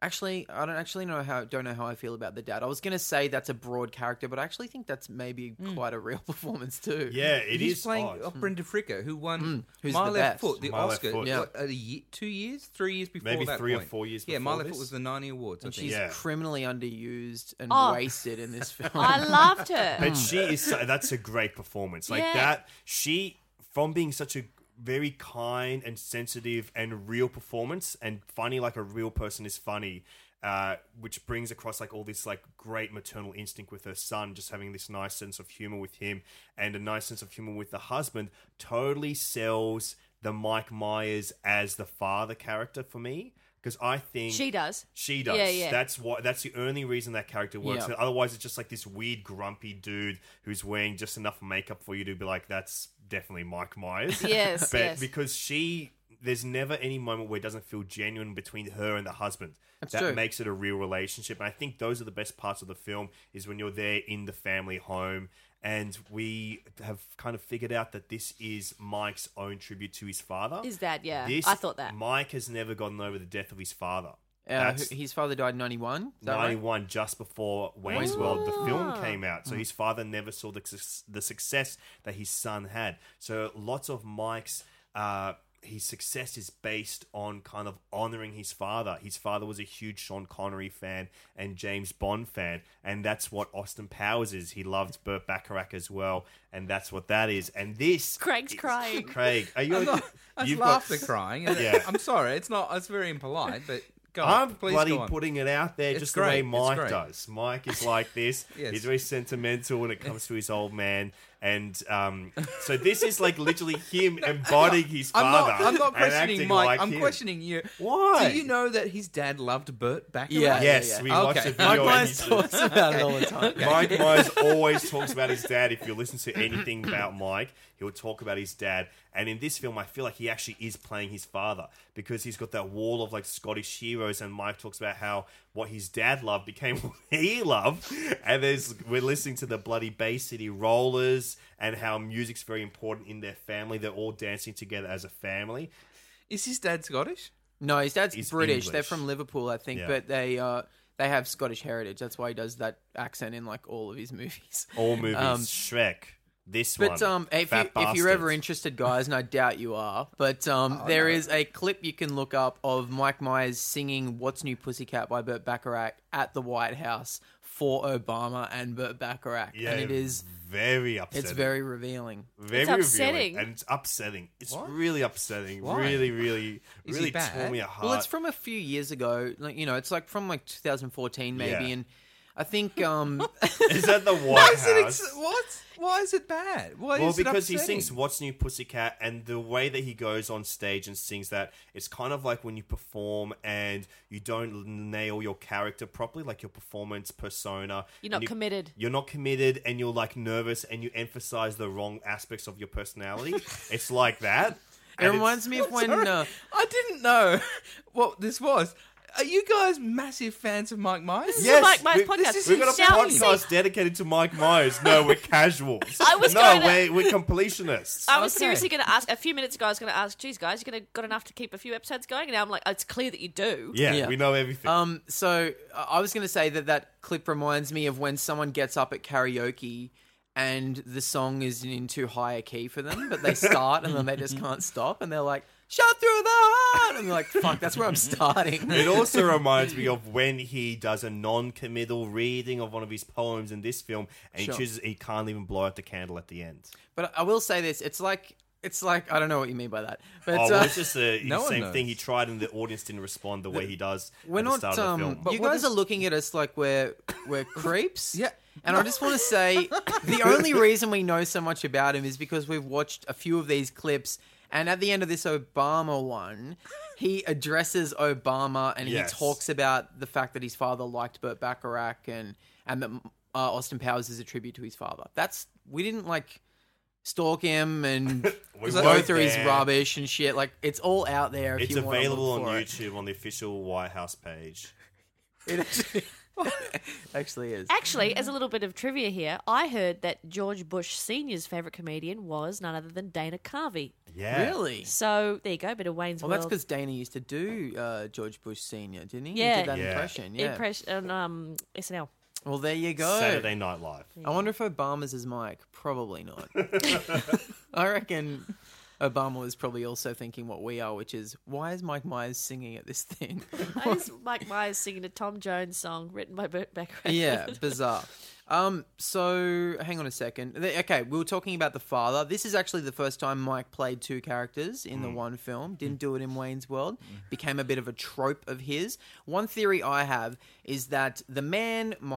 C: actually I don't actually know how don't know how I feel about the dad. I was going to say that's a broad character, but I actually think that's maybe
G: Hmm.
C: quite a real performance too.
E: it is He's playing
D: Hmm.
E: Brenda Fricker, who won
C: Hmm. Who's
E: My
C: the
E: Left
C: best.
E: Foot, the
C: My Left
E: Oscar,
C: Foot. Yeah.
E: what, a ye two years, three years before
D: Maybe
E: that
D: three or
E: point.
D: four years
E: Yeah, My
D: before
E: Left
D: this.
E: Foot was the Nanny Awards, I
C: And
E: think.
C: she's criminally underused and
G: Oh.
C: wasted in this film. Uh,
G: I loved her.
D: But she is. So, that's a great performance. Like
G: Yeah.
D: that. She from being such a very kind and sensitive and real performance and funny like a real person is funny. Uh, which brings across like all this like great maternal instinct with her son, just having this nice sense of humor with him and a nice sense of humor with the husband. Totally sells the Mike Myers as the father character for me because I think
G: She does.
D: She does.
G: Yeah, yeah.
D: That's why. That's the only reason that character works.
C: Yeah.
D: And Otherwise, it's just like this weird, grumpy dude who's wearing just enough makeup for you to be like, that's definitely Mike Myers.
G: Yes,
D: but
G: yes.
D: because she, there's never any moment where it doesn't feel genuine between her and the husband.
C: That's
D: that
C: true.
D: makes it a real relationship. And I think those are the best parts of the film is when you're there in the family home. And we have kind of figured out that this is Mike's own tribute to his father.
G: Is that- yeah, I thought that.
D: Mike has never gotten over the death of his father.
C: Uh,
D: That's-
C: who- his father died in 91. Is that right?
D: 91 just before Wayne's World the
G: Ah.
D: film came out.
C: Hmm.
D: So his father never saw the suc- the success that his son had. So lots of Mike's uh his success is based on kind of honoring his father. His father was a huge Sean Connery fan and James Bond fan, and that's what Austin Powers is. He loved Burt Bacharach as well, and that's what that is. And this
G: Craig's
D: is-
G: crying.
D: Craig, are you?
E: I'm not, that's
D: you've
E: laughter
D: got-
E: crying. and
D: Yeah.
E: I'm sorry, it's not. It's very impolite, but go on.
D: I'm
E: please
D: bloody
E: go on.
D: putting it out there
E: It's
D: just
E: great,
D: the
E: it's
D: way Mike
E: great.
D: does. Mike is like this.
E: Yes.
D: He's very sentimental when it comes to his old man. And um, so this is like literally him embodying his
E: I'm
D: father.
E: not, I'm not
D: and acting
E: questioning Mike.
D: like
E: I'm
D: him.
E: questioning you.
D: Why?
E: Do you know that his dad loved Burt Bacharach?
C: Yeah,
D: Yes,
C: yeah.
D: we
E: Okay.
D: watched a video.
E: Mike
D: and
C: Myers
D: he-
C: talks about it all the time.
D: Mike Myers always talks about his dad. If you listen to anything about Mike, he'll talk about his dad. And in this film, I feel like he actually is playing his father because he's got that wall of like Scottish heroes. And Mike talks about how what his dad loved became what he loved. And there's we're listening to the bloody Bay City Rollers and how music's very important in their family. They're all dancing together as a family.
E: Is his dad Scottish?
C: No, his dad's
D: He's
C: British. They're
D: English.
C: from Liverpool, I think,
D: Yeah.
C: but they uh, they have Scottish heritage. That's why he does that accent in like all of his movies.
D: All movies,
C: Um,
D: Shrek. This
C: But
D: one,
C: um, if,
D: Fat
C: you, if you're ever
D: Bastards. Oh,
C: interested, guys, and I doubt you are, but um, there is a clip you can look up of Mike Myers singing "What's New Pussycat" by Burt Bacharach at the White House for Obama and Burt Bacharach,
D: yeah,
C: and it is
D: very upsetting.
C: it's very revealing.
D: very
G: It's upsetting.
D: revealing, and it's upsetting. It's
E: What?
D: really upsetting.
E: Why?
D: Really, really,
E: Is he
D: really tore
E: bad?
D: me apart.
C: Well, it's from a few years ago. Like you know, it's like from like 2014 maybe,
D: Yeah.
C: and I think um,
D: is that the White
E: Why is it?
D: House?
E: Ex- what? Why is it bad? Why
D: well,
E: is it
D: because he
E: upsetting?
D: sings "What's New, Pussycat," and the way that he goes on stage and sings that, it's kind of like when you perform and you don't nail your character properly, like your performance persona.
G: You're not
D: and you-
G: committed.
D: You're not committed, and you're like nervous, and you emphasize the wrong aspects of your personality. it's like that.
C: it
D: And it's-
C: reminds me of when
E: Sorry,
C: uh,
E: I didn't know what this was. Are you guys massive fans of Mike Myers?
G: This is Yeah. the Mike Myers
D: we-
G: podcast.
D: This is We've got a
G: Shout-
D: podcast dedicated to Mike Myers. No, we're casuals.
G: I was
D: no,
G: gonna- Uh,
D: we're, we're completionists.
G: I was
C: Okay.
G: seriously going to ask a few minutes ago. I was going to ask, "Geez, guys, you're going to got enough to keep a few episodes going?" And now I'm like, oh, "It's clear that you do."
D: yeah,
C: Yeah.
D: we know everything.
C: Um, so uh, I was going to say that that clip reminds me of when someone gets up at karaoke and the song is in too high a key for them, but they start and then they just can't stop, and they're like, "Shut through the heart," and they're like, "Fuck, that's where I'm starting."
D: it also reminds me of when he does a non-committal reading of one of his poems in this film, and
C: Sure.
D: he chooses he can't even blow out the candle at the end.
C: But I will say this: it's like it's like I don't know what you mean by that, but
D: oh,
C: uh,
D: well, it's just the
E: No one
D: same
E: knows.
D: thing he tried, and the audience didn't respond the way he does
C: we're
D: at the
C: not.
D: start of the
C: Um,
D: film.
C: you
E: what
C: guys
E: is-
C: are looking at us like we're we're creeps.
E: Yeah.
C: And I just want to say the only reason we know so much about him is because we've watched a few of these clips. And at the end of this Obama one, he addresses Obama and
D: Yes.
C: he talks about the fact that his father liked Burt Bacharach and and that uh, Austin Powers is a tribute to his father. That's we didn't like stalk him and
D: We
C: go
D: weren't
C: through his
D: there.
C: rubbish and shit. Like it's all out there. If
D: It's
C: you wanna
D: available
C: look
D: on
C: for it.
D: YouTube on the official White House page.
C: It actually- Actually, is
G: Actually, as a little bit of trivia here, I heard that George Bush Senior's favorite comedian was none other than Dana Carvey.
C: Yeah. Really?
G: So there you go, bit of Wayne's
C: Well,
G: World.
C: that's because Dana used to do uh, George Bush Senior, didn't he?
G: yeah,
C: he did that impression. Yeah.
G: impression on um, SNL.
C: Well, there you go.
D: Saturday Night Live.
C: I wonder if Obama's his mic. Probably not. I reckon Obama was probably also thinking what we are, which is why is Mike Myers singing at this thing?
G: Why is Mike Myers singing a Tom Jones song written by Burt Bacharach?
C: yeah, bizarre. Um, so hang on a second. Th- Okay, we were talking about the father. This is actually the first time Mike played two characters in the
K: Mm.
C: one film. Didn't do it in Wayne's World. Became a bit of a trope of his. One theory I have is that the man Mi-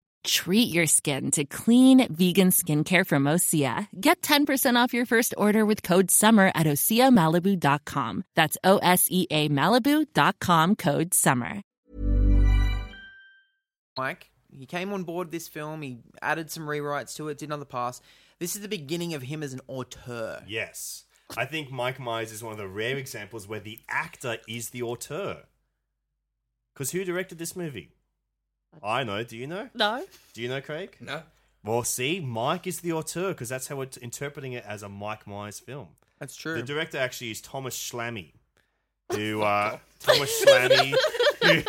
L: Treat your skin to clean vegan skincare from Osea. Get 10% off your first order with code SUMMER at OseaMalibu.com. That's O S E A Malibu.com code SUMMER.
C: Mike. He came on board this film. He added some rewrites to it. Did another pass. This is the beginning of him as an auteur.
D: Yes. I think Mike Myers is one of the rare examples where the actor is the auteur. Because who directed this movie? I know. Do you know?
G: No.
D: Do you know, Craig?
E: No.
D: Well, see, Mike is the auteur because that's how we're t- interpreting it as a Mike Myers film.
C: That's true.
D: The director actually is Thomas Schlammy, who uh, Thomas Schlammy, who,
E: And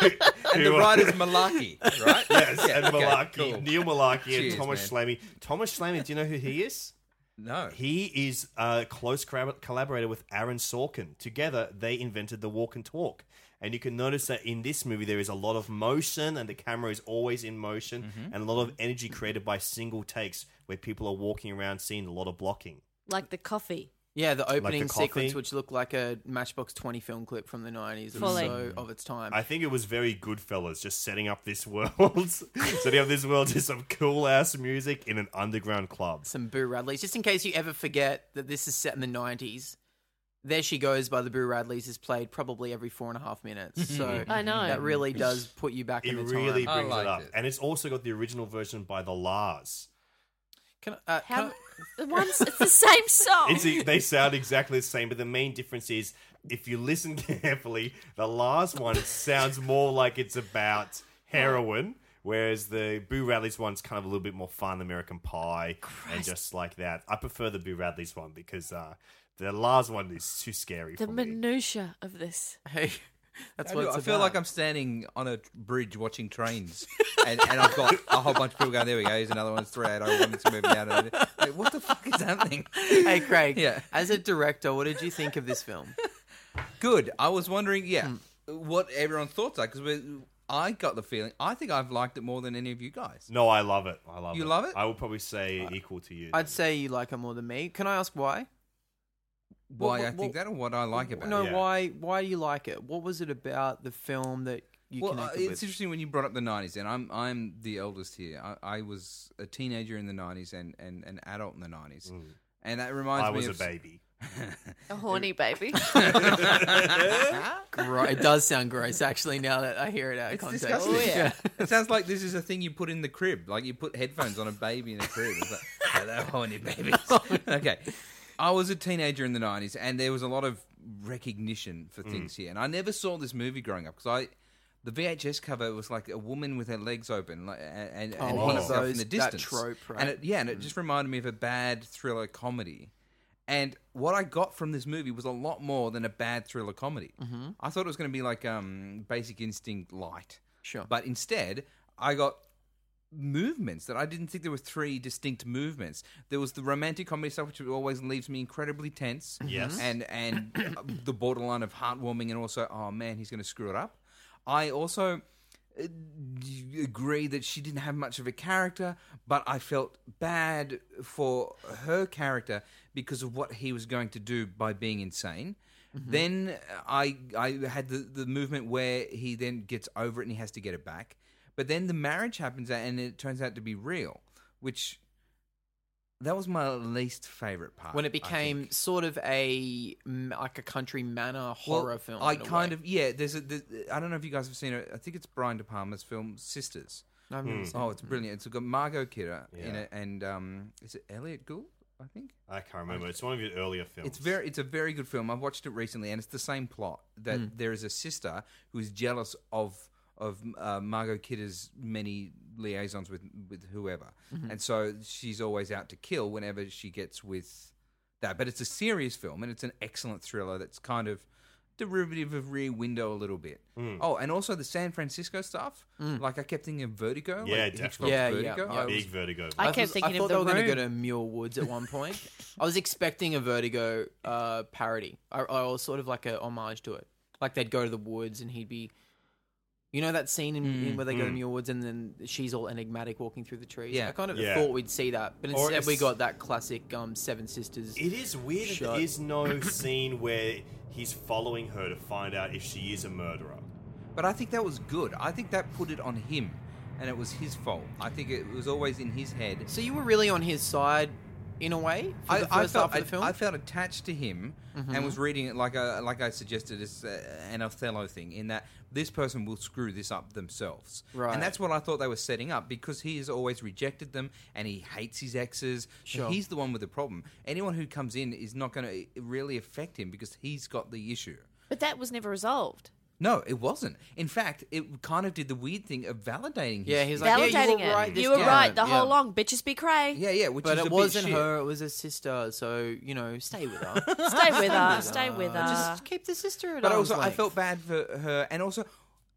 D: who,
E: the
D: uh,
E: writer's Malaki, right?
D: yes,
E: Yeah,
D: and
E: okay,
D: Malaki,
E: cool.
D: Neil Malaki,
E: Cheers,
D: and Thomas Schlammy. Thomas Schlammy, do you know who he is?
E: No.
D: He is a close collab- collaborator with Aaron Sorkin. Together, they invented the walk and talk. And you can notice that in this movie, there is a lot of motion, and the camera is always in motion,
E: Mm-hmm.
D: and a lot of energy created by single takes where people are walking around seeing a lot of blocking.
G: Like the coffee.
C: Yeah, the
D: Like the
C: opening sequence,
D: coffee.
C: which looked like a Matchbox Twenty film clip from the nineties, or
G: Fully.
C: so of its time.
D: I think it was very good, fellas, just setting up this world. setting up this world to some cool ass music in an underground club.
C: Some Boo Radleys, just in case you ever forget that this is set in the nineties. There she goes by the Boo Radleys is played probably every four and a half minutes. So
G: I know.
C: that really does put you back
D: It
C: in the
D: really
C: time.
D: brings it up. And it's also got the original version by the Lars.
C: Can, I- uh,
G: How,
C: can
G: the ones, it's the same song.
D: It's they sound exactly the same, but the main difference is if you listen carefully, the Lars one sounds more like it's about heroin, whereas the Boo Radley's one's kind of a little bit more fun, American Pie, and just like that. I prefer the Boo Radley's one because uh, the Lars one is too scary.
G: the
D: for me.
G: minutia of this.
C: Hey, that's
E: I,
C: what
E: do.
C: it's
E: I feel
C: about.
E: like I'm standing on a t- bridge watching trains, and, and I've got a whole bunch of people going. There we go. Here's another one. It's three eight zero one. It's moving down. Like, what the fuck is happening?
C: hey Craig,
E: Yeah.
C: as a director, what did you think of this film?
E: Good. I was wondering, yeah, what everyone's thoughts are because I got the feeling. I think I've liked it more than any of you guys.
D: No, I love it. I love
E: You
D: it.
E: love it? Uh,
D: I will probably say equal to you.
C: I'd say you like it more than me. Can I ask why?
E: Why
C: What-
E: I
C: what-
E: think that, or what I like about
C: no,
E: it.
C: why? Why do you like it? What was it about the film that you
E: well, uh,
C: connected
E: it's
C: with?
E: interesting when you brought up the '90s, and I'm I'm the eldest here. I, I was a teenager in the '90s and and an adult in the '90s, and that reminds
D: Mm. I
E: me
D: was
E: of
D: a baby.
G: A horny baby.
C: Gro- it does sound gross, actually. Now that I hear it out of
E: It's
C: context,
G: Oh,
C: Oh,
E: disgusting. it sounds like this is a thing you put in the crib. Like you put headphones on a baby in a crib. It's like, hello, horny babies. okay. I was a teenager in the '90s, and there was a lot of recognition for
D: Mm.
E: things here. And I never saw this movie growing up because I, the VHS cover was like a woman with her legs open, like, and, and,
C: Oh,
E: and
C: wow.
E: herself in
C: Those-
E: the
C: that
E: distance.
C: trope, right? Hmm.
E: And it, yeah, and it just reminded me of a bad thriller comedy. And what I got from this movie was a lot more than a bad thriller comedy.
C: Mhm.
E: I thought it was going to be like um, Basic Instinct light.
C: Sure.
E: But instead, I got movements that I didn't think there were three distinct movements. There was the romantic comedy stuff, which always leaves me incredibly tense.
D: Yes.
E: And and uh, the borderline of heartwarming, and also, oh man, he's going to screw it up. I also uh, d- agree that she didn't have much of a character, but I felt bad for her character because of what he was going to do by being insane.
C: Mm-hmm.
K: Mhm.
E: Then I I had the, the movement where he then gets over it and he has to get it back. But then the marriage happens and it turns out to be real, which that was my least favorite part.
C: when
E: I
C: it
E: think.
C: became sort of a mm, like a country manor horror
E: Well,
C: film.
E: I
C: in a
E: kind
C: way.
E: of yeah. There's a. There's, I don't know if you guys have seen it. I think it's Brian De Palma's film Sisters.
C: No, I've never Hmm. seen
E: oh,
C: it.
E: it's brilliant. It's got Margot Kidder in
D: Yeah.
E: it, and um, is it Elliot Gould? I think.
D: I can't remember. It's one of your earlier films.
E: It's very. It's a very good film. I've watched it recently, and it's the same plot that
D: Mm.
E: there is a sister who is jealous of of uh, Margot Kidder's many liaisons with with whoever,
D: Mhm.
E: and so she's always out to kill whenever she gets with that. But it's a serious film, and it's an excellent thriller. That's kind of derivative of Rear Window a little bit.
D: Mm.
E: Oh, and also the San Francisco stuff.
C: Mm.
E: Like I kept thinking of Vertigo.
D: Yeah,
E: like
D: definitely.
E: Hitchcock's
D: Yeah,
C: yeah,
E: Vertigo.
C: yeah.
E: I was-
C: Big
D: Vertigo.
C: I,
E: was-
C: kept thinking
E: I
C: I
E: thought
C: thought they were
E: The
C: going to go
E: Room.
C: to Muir Woods at one point. I was expecting a Vertigo uh, parody, or, or sort of like a homage to it. Like they'd go to the woods and he'd be, you know, that scene in, in
E: Mm.
C: where they go to
E: Mm.
C: Muir Woods and then she's all enigmatic walking through the trees.
E: Yeah.
C: I kind of
E: Yeah.
C: thought we'd see that, but
D: Or
C: instead
D: it's-
C: we got that classic um, Seven Sisters.
D: It is weird. that
C: shot.
D: There is no scene where he's following her to find out if she is a murderer.
E: But I think that was good. I think that put it on him, and it was his fault. I think it was always in his head.
C: So you were really on his side, in a way. For
E: I,
C: the first
E: I felt
C: half of the film.
E: I, I felt attached to him
C: Mhm.
E: and was reading it like I like I suggested as uh, an Othello thing in that this person will screw this up themselves,
C: Right.
E: And that's what I thought they were setting up because he has always rejected them and he hates his exes. So
C: Sure.
E: He's the one with the problem. Anyone who comes in is not going to really affect him because he's got the issue.
G: But that was never resolved.
E: No, it wasn't. In fact, it kind of did the weird thing of validating. His
C: Yeah, he's like,
G: Validating
C: yeah, you were
G: it.
C: right. this
G: you were
C: time.
G: right the
C: Yeah.
G: whole long. Bitches be cray.
E: Yeah, yeah. Which
C: but
E: is
C: it
E: a bit
C: wasn't
E: shit.
C: her; it was her sister. So you know, stay with her.
G: Stay with her. Stay with her.
C: Just keep the sister. At
E: But
C: arm's
E: also, I
C: length.
E: felt bad for her, and also,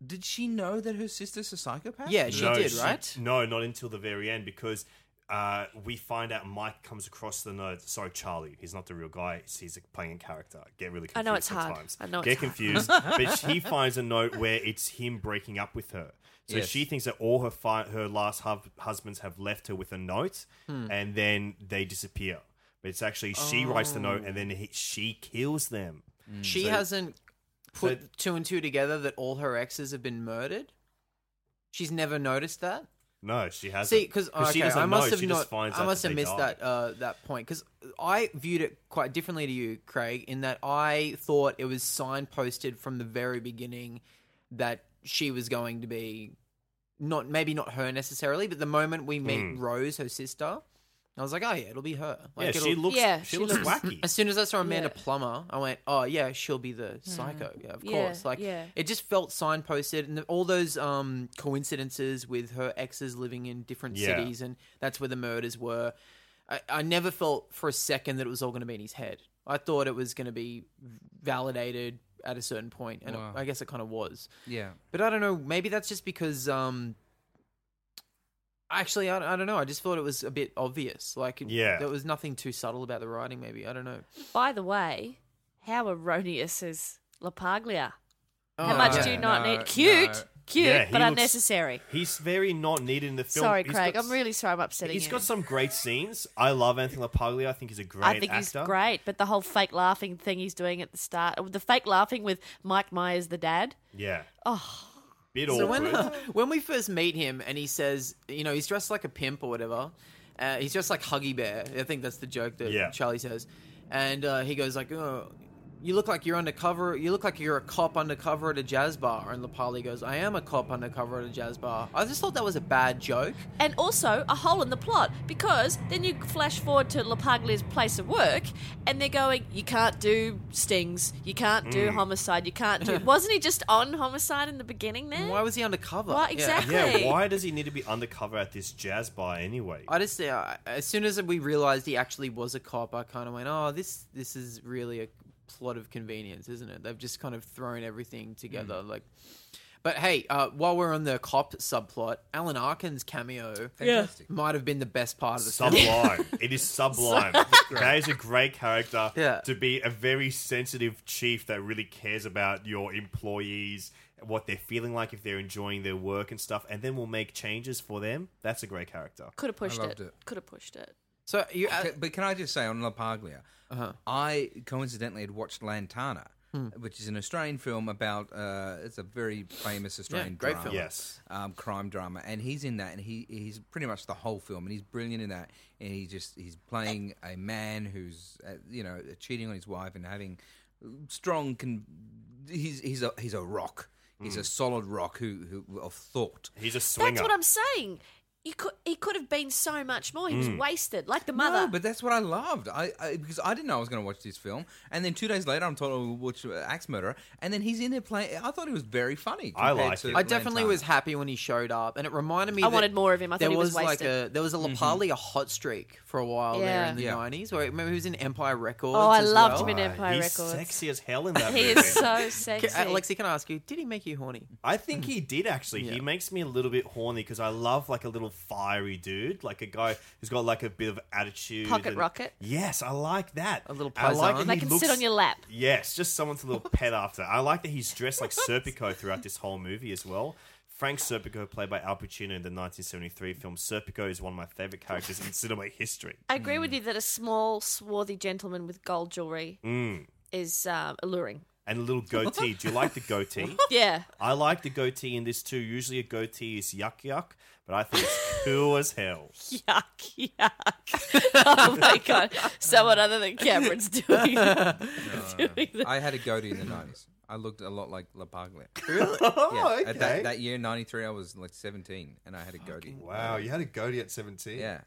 E: did she know that her sister's a psychopath?
C: Yeah, she
D: No,
C: did, right?
D: No, not until the very end because uh, we find out Mike comes across the note. Sorry, Charlie. He's not the real guy. He's a playing character. Get really confused
G: I know it's hard.
D: sometimes.
G: I know
D: Get
G: it's hard.
D: confused. but he finds a note where it's him breaking up with her. So
E: Yes.
D: she thinks that all her fi- her last hub- husbands have left her with a note,
E: Hmm.
D: and then they disappear. But it's actually she writes the note, and then he- she kills them.
C: She
D: So-
C: hasn't put two and two together that all her exes have been murdered. She's never noticed that.
D: No, she hasn't.
C: See, because
D: she doesn't
C: I must
D: know.
C: have
D: she
C: not,
D: just finds
C: I
D: out
C: must
D: that
C: have
D: they
C: missed
D: died.
C: that uh, that point because I viewed it quite differently to you, Craig, in that I thought it was signposted from the very beginning that she was going to be not maybe not her necessarily, but the moment we meet
D: Mm.
C: Rose, her sister, I was like, oh yeah, it'll be her. Like,
D: yeah,
C: it'll-
D: she looks. she, looks, wacky.
C: As soon as I saw Amanda
G: Yeah. Hmm.
C: Plummer, I went, oh yeah, she'll be the psycho. Yeah, of
G: Yeah,
C: course. Like
G: yeah.
C: it just felt signposted, and all those um, coincidences with her exes living in different
D: Yeah.
C: cities, and that's where the murders were. I, I never felt for a second that it was all going to be in his head. I thought it was going to be validated at a certain point, and it-
E: Wow.
C: I guess it kind of was.
E: Yeah.
C: But I don't know. Maybe that's just because. Um, Actually, I, I don't know. I just thought it was a bit obvious. Like, it-
D: Yeah.
C: there was nothing too subtle about the writing. Maybe I don't know.
G: By the way, how erroneous is La Paglia?
C: Oh,
G: how much
C: yeah.
G: do you not
D: No,
G: need? Cute,
D: no.
G: cute,
D: Yeah, he
G: but
D: looks-
G: unnecessary.
D: He's very not needed in the film.
G: Sorry,
D: He's
G: Craig.
D: got-
G: I'm really sorry I'm upsetting
D: He's
G: you.
D: got some great scenes. I love Anthony LaPaglia. I think he's a great
G: I think
D: actor.
G: he's great, but the whole fake laughing thing he's doing at the start, the fake laughing with Mike Myers, the dad.
D: Yeah.
G: Oh,
D: Bit
C: so when,
D: awkward.
C: when we first meet him and he says, you know, he's dressed like a pimp or whatever. Uh, he's dressed like Huggy Bear. I think that's the joke that
D: Yeah.
C: Charlie says. And uh, he goes like, oh, You look like you're undercover. You look like you're a cop undercover at a jazz bar. And Lapali goes, I am a cop undercover at a jazz bar. I just thought that was a bad joke.
G: and also a hole in the plot because then you flash forward to Lapaglia's place of work and they're going, you can't do stings, you can't do
C: Mm.
G: homicide, you can't do. Wasn't he just on homicide in the beginning there?
C: Why was he undercover?
G: Why- Eh. exactly.
D: Yeah, why does he need to be undercover at this jazz bar anyway?
C: I just uh, as soon as we realized he actually was a cop, I kind of went, "Oh, this this is really a plot of convenience, isn't it?" They've just kind of thrown everything together.
G: Hmm.
C: Like, but hey, uh, while we're on the cop subplot, Alan Arkin's cameo
D: Fantastic.
C: might have been the best part of the film.
D: Sublime. it is sublime. that is a great character
C: Yeah.
D: to be a very sensitive chief that really cares about your employees, what they're feeling like, if they're enjoying their work and stuff, and then will make changes for them. That's a great character.
G: Could have pushed it.
E: loved it.
G: Could have pushed it.
C: So you, uh,
E: but can I just say on La Paglia, I coincidentally had watched
C: Uh-huh.
E: Lantana,
C: Hmm.
E: which is an Australian film about uh, it's a very famous Australian
C: great
E: drama,
C: film. Yes.
E: um, crime drama, and he's in that, and he he's pretty much the whole film, and he's brilliant in that, and he just he's playing a man who's uh, you know cheating on his wife and having strong con- he's he's a he's a rock. He's a
D: Mm.
E: solid rock who, who of thought.
D: He's a swinger.
G: That's what I'm saying. You could, he could have been so much more. He was
E: Mm.
G: wasted, like the mother.
E: No, but that's what I loved. I, I because I didn't know I was going to watch this film, and then two days later, I'm told I watch uh, Axe Murderer, and then he's in there playing. I thought it was very funny. compared to
C: I definitely
E: Lantana.
C: was happy when he showed up, and it reminded me.
G: I
C: that
G: wanted more of him. I thought
C: there
G: he was
C: like
G: wasted.
C: a there was a
G: Mhm.
C: Lapali a hot streak for a while there
G: Yeah.
C: in the
G: Yeah.
C: nineties. Or remember he was in Empire Records.
G: Oh, I
C: as
G: loved
C: well.
G: him in Empire He's Records.
D: sexy as hell in that
G: He is
D: movie.
G: so
E: uh,
G: sexy.
C: Can, Alexi, can I ask you, did he make you horny?
D: I think he did actually. He makes me a little bit horny because I love like a little fiery dude, like a guy who's got like a bit of attitude.
G: Pocket
D: and-
G: rocket?
D: Yes, I like that. A little
G: I they can sit on your lap.
D: Yes, just someone to little pet after. I like that he's dressed like Serpico throughout this whole movie as well. Frank Serpico, played by Al Pacino in the 1973 film Serpico, is one of my favorite characters in cinema history.
G: I
E: Mm.
G: agree with you that a small, swarthy gentleman with gold jewelry
D: Mm.
G: is um, alluring.
D: And a little goatee. Do you like the goatee?
G: Yeah.
D: I like the goatee in this too. Usually a goatee is yuck yuck, but I think it's cool as hell.
G: Yuck, yuck. oh my god. Someone other than Cameron's doing, doing the-
E: I had a goatee in the nineties. I looked a lot like La Paglia.
D: Really?
E: Yeah.
D: Oh,
E: At
D: okay.
E: that, that year, ninety three, I was like seventeen, and I had a goatee.
D: Wow, you had a goatee at 17?
E: Yeah.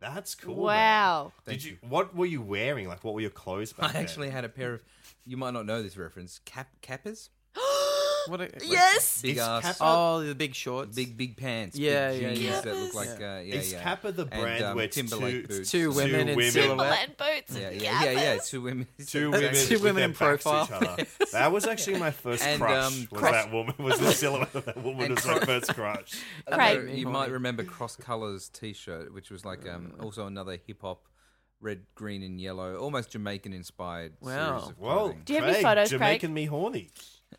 D: That's cool.
G: Wow.
D: man. Did you what were you wearing? Like what were your clothes back
E: I
D: then?
E: actually had a pair of. You might not know this reference. Cap cappas.
C: What a,
G: Yes!
E: Big
C: Is
E: ass.
C: Kappa- Oh, the big shorts.
E: Big big pants.
C: Yeah,
E: big
C: yeah,
E: jeans
C: yeah.
E: that look
C: Kappas.
E: like. Uh, yeah,
D: Is
E: yeah. um,
D: Kappa the brand where it's
E: Timberlake
D: two-
E: boots.
C: two women in silhouette?
G: Timberland boots
E: Yeah,
G: and
E: yeah, yeah, yeah.
G: Kappas.
E: Two women.
D: Two women,
E: Exactly.
D: with their backs to each other. That was actually my first
E: And,
D: crush.
E: um,
D: was
E: cross-
D: that woman? Was the silhouette of that woman?
E: And
D: Was my
E: cro-
D: first crush.
E: Another-
C: Craig.
E: You might remember Cross Colors T-shirt, which was like um,
C: Mm.
E: also another hip hop, red, green, and yellow, almost Jamaican inspired.
C: Wow.
E: Series of
D: Whoa,
E: clothing.
G: Do you have any Craig, photos, Craig?
D: Jamaican me horny.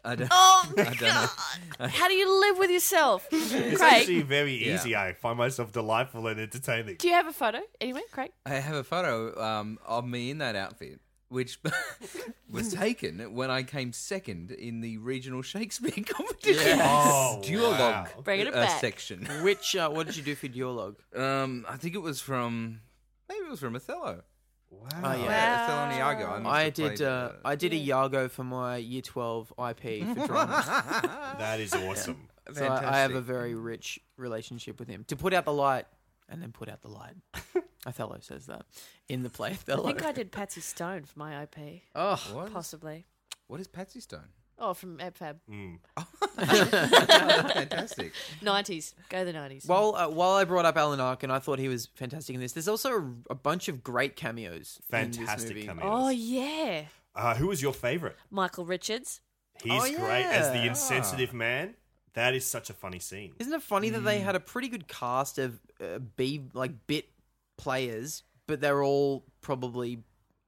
E: I don't,
G: Oh,
E: I don't know.
G: How do you live with yourself?
D: It's actually
G: Craig,
D: very
E: Yeah.
D: easy. I find myself delightful and entertaining.
G: do you have a photo anyway, Craig?
E: I have a photo um, of me in that outfit, which was taken when I came second in the regional Shakespeare competition
D: Oh,
C: Yes.
E: duologue
C: wow.
G: Bring it
E: uh,
G: back.
E: section.
C: Which uh, what did you do for your log?
E: Um, I think it was from maybe it was from Othello.
D: Wow,
C: Oh,
E: yeah,
C: yeah.
E: Othello and Iago. I, must
C: I
E: have
C: did.
E: played,
C: Uh, I did a Yago for my Year Twelve IP for drums.
G: Uh.
D: That is awesome.
C: so I, I have a
E: uh, Fantastic.
C: very rich relationship with him. To put out the light and then put out the light. Othello says that in the play
G: I
C: Othello.
G: think I did Patsy Stone for my IP.
C: Oh.
E: What?
G: Possibly.
E: What is Patsy Stone?
G: Oh, from AbFab.
E: Fantastic.
G: 90s. Go the 90s.
C: While uh, while I brought up Alan Arkin, I thought he was fantastic in this. There's also a, a bunch of great cameos. in this
D: Fantastic
C: movie.
D: cameos.
G: oh, yeah.
D: Uh, who was your favorite?
G: Michael Richards.
D: He's
C: Oh,
D: great as the
C: yeah.
G: Ah.
D: insensitive man. That is such a funny scene.
C: Isn't it funny that they had a pretty good cast of uh, B like bit players, but they're all probably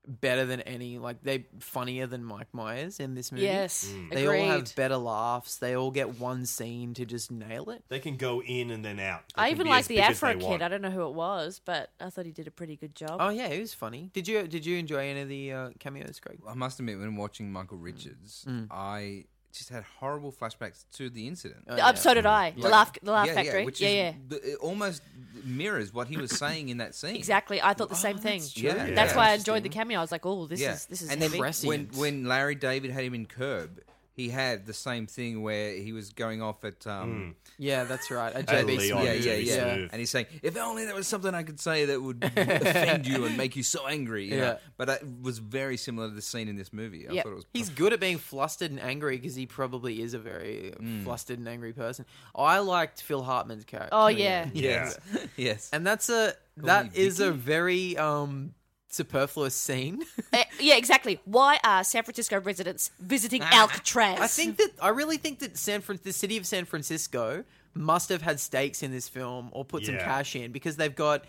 C: better than any like they funnier than Mike Myers in this movie.
G: Yes, Mm.
C: they all
G: agreed.
C: have better laughs. They all get one scene to just nail it.
D: They can go in and then out. They
G: I
D: can
G: even
D: be
G: like
D: as
G: the
D: big as they
G: Afro kid.
D: want.
G: I don't know who it was, but I thought he did a pretty good job.
C: Oh yeah, it was funny. Did you did you enjoy any of the uh, cameos, Craig?
E: I must admit, when watching Michael
G: Mm.
E: Richards, I just had horrible flashbacks to the incident.
G: Uh, so did I. The Laugh- the Laugh Factory.
E: which
G: Yeah,
E: is
G: yeah.
E: the- it almost mirrors what he was saying in that scene.
G: Exactly. I thought the same thing.
E: Yeah, yeah.
G: That's why I enjoyed the
E: Interesting.
G: cameo. I was like, oh, this is this is
E: and
G: heavy.
E: then when when Larry David had him in Curb, he had the same thing where he was going off at um,
C: Yeah, that's right. A
E: at
C: JB
E: Leon,
C: Smooth.
E: yeah, yeah,
C: JB
E: yeah,
C: Smooth.
E: and he's saying if only there was something I could say that would offend you and make you so angry. you know?
C: Yeah.
E: but it was very similar to the scene in this movie. I thought it was
C: He's good at being flustered and angry because he probably is a very flustered and angry person. I liked Phil Hartman's character.
G: Oh, yeah.
E: Yes. yes.
C: And that's a
E: Call
C: that
E: me
C: is a
E: Vicky.
C: very um superfluous scene.
G: Eh, yeah, exactly. Why are San Francisco residents visiting Alcatraz?
C: I think that I really think that San Fran- the city of San Francisco must have had stakes in this film or put some
G: Yeah.
C: cash in because they've got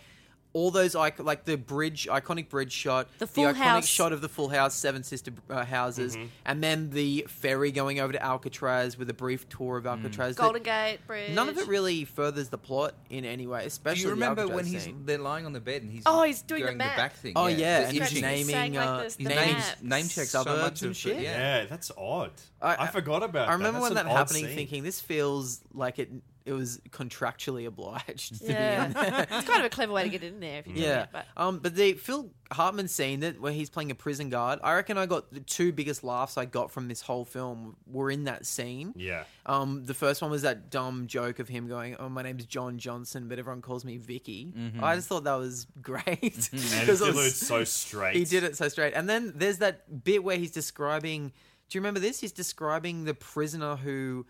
C: all those ic- like the bridge iconic bridge shot
G: The full
C: iconic
G: house.
C: shot of the full house seven sister uh, houses
E: Mm-hmm.
G: Mhm.
C: and then the ferry going over to Alcatraz with a brief tour of
E: Mm.
C: Alcatraz that-
G: Golden Gate Bridge.
C: None of it really furthers the plot in any way, especially
E: Do you remember
C: the
E: when
C: Alcatraz
E: he's
C: scene.
E: they're lying on the bed and he's
G: Oh, he's doing the
E: going
G: map.
E: back thing.
C: Oh, yeah,
E: The
C: and he's
E: imaging.
C: naming, Saying, like, uh, this- the
E: He names-
C: maps.
E: name checks so
C: Suburbs
E: much
C: and
E: of
C: shit.
E: The, yeah.
D: Yeah, that's odd. I, forgot about.
C: I
D: that.
C: remember
D: That's
C: when that
D: an odd
C: happening,
D: scene.
C: thinking this feels like it. It was contractually obliged. To Be
G: Yeah.
C: in there.
G: it's kind of a clever way to get in there. If you do
C: Yeah,
G: that, but
C: um, but the Phil Hartman scene that where he's playing a prison guard, I reckon I got the two biggest laughs I got from this whole film were in that scene.
D: Yeah.
C: Um, the first one was that dumb joke of him going, "Oh, my name's John Johnson, but everyone calls me Vicky."
D: Mhm.
C: I just thought that was great
D: And
C: it
D: Dillard
C: was-
D: so straight.
C: He did it so straight. And then there's that bit where he's describing. Do you remember this? He's describing the prisoner who.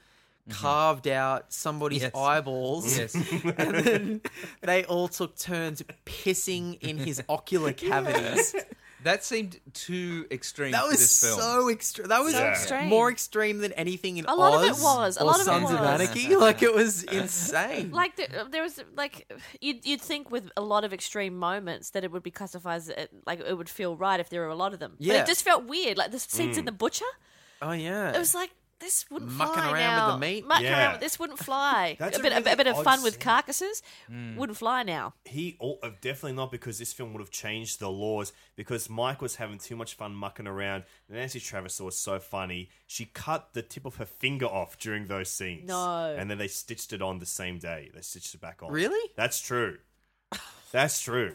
C: Carved out somebody's
E: Mm-hmm. Yes.
C: eyeballs.
E: Yes.
C: and then they all took turns pissing in his ocular cavities.
E: That seemed too extreme.
C: That
E: for
C: was
E: this film.
C: so extreme. That was
E: So extreme.
C: more extreme than anything in
G: A lot of it
C: Oz
G: was. A
C: or
G: lot of it
C: Sons of
G: was.
C: Anarchy. Like it was insane.
G: like the, uh, there was like you'd, you'd think with a lot of extreme moments that it would be classified as uh, like it would feel right if there were a lot of them. but
C: Yeah.
G: it just felt weird. Like the scenes in
C: Mm.
G: the butcher,
C: oh yeah,
G: it was like this wouldn't
C: Mucking
G: fly
C: around with
G: now.
C: the meat?
G: mucking
D: Yeah.
G: around with this wouldn't fly.
D: That's
G: a
D: a
G: bit, a, bit- a
D: really
G: bit of
D: odd
G: fun with
D: scene.
G: carcasses
D: Mm.
G: wouldn't fly now.
D: He all, uh, definitely not because this film would have changed the laws because Mike was having too much fun mucking around. Nancy Travis was so funny. She cut the tip of her finger off during those scenes.
G: No.
D: And then they stitched it on the same day. They stitched it back on.
C: Really?
D: That's true. That's true.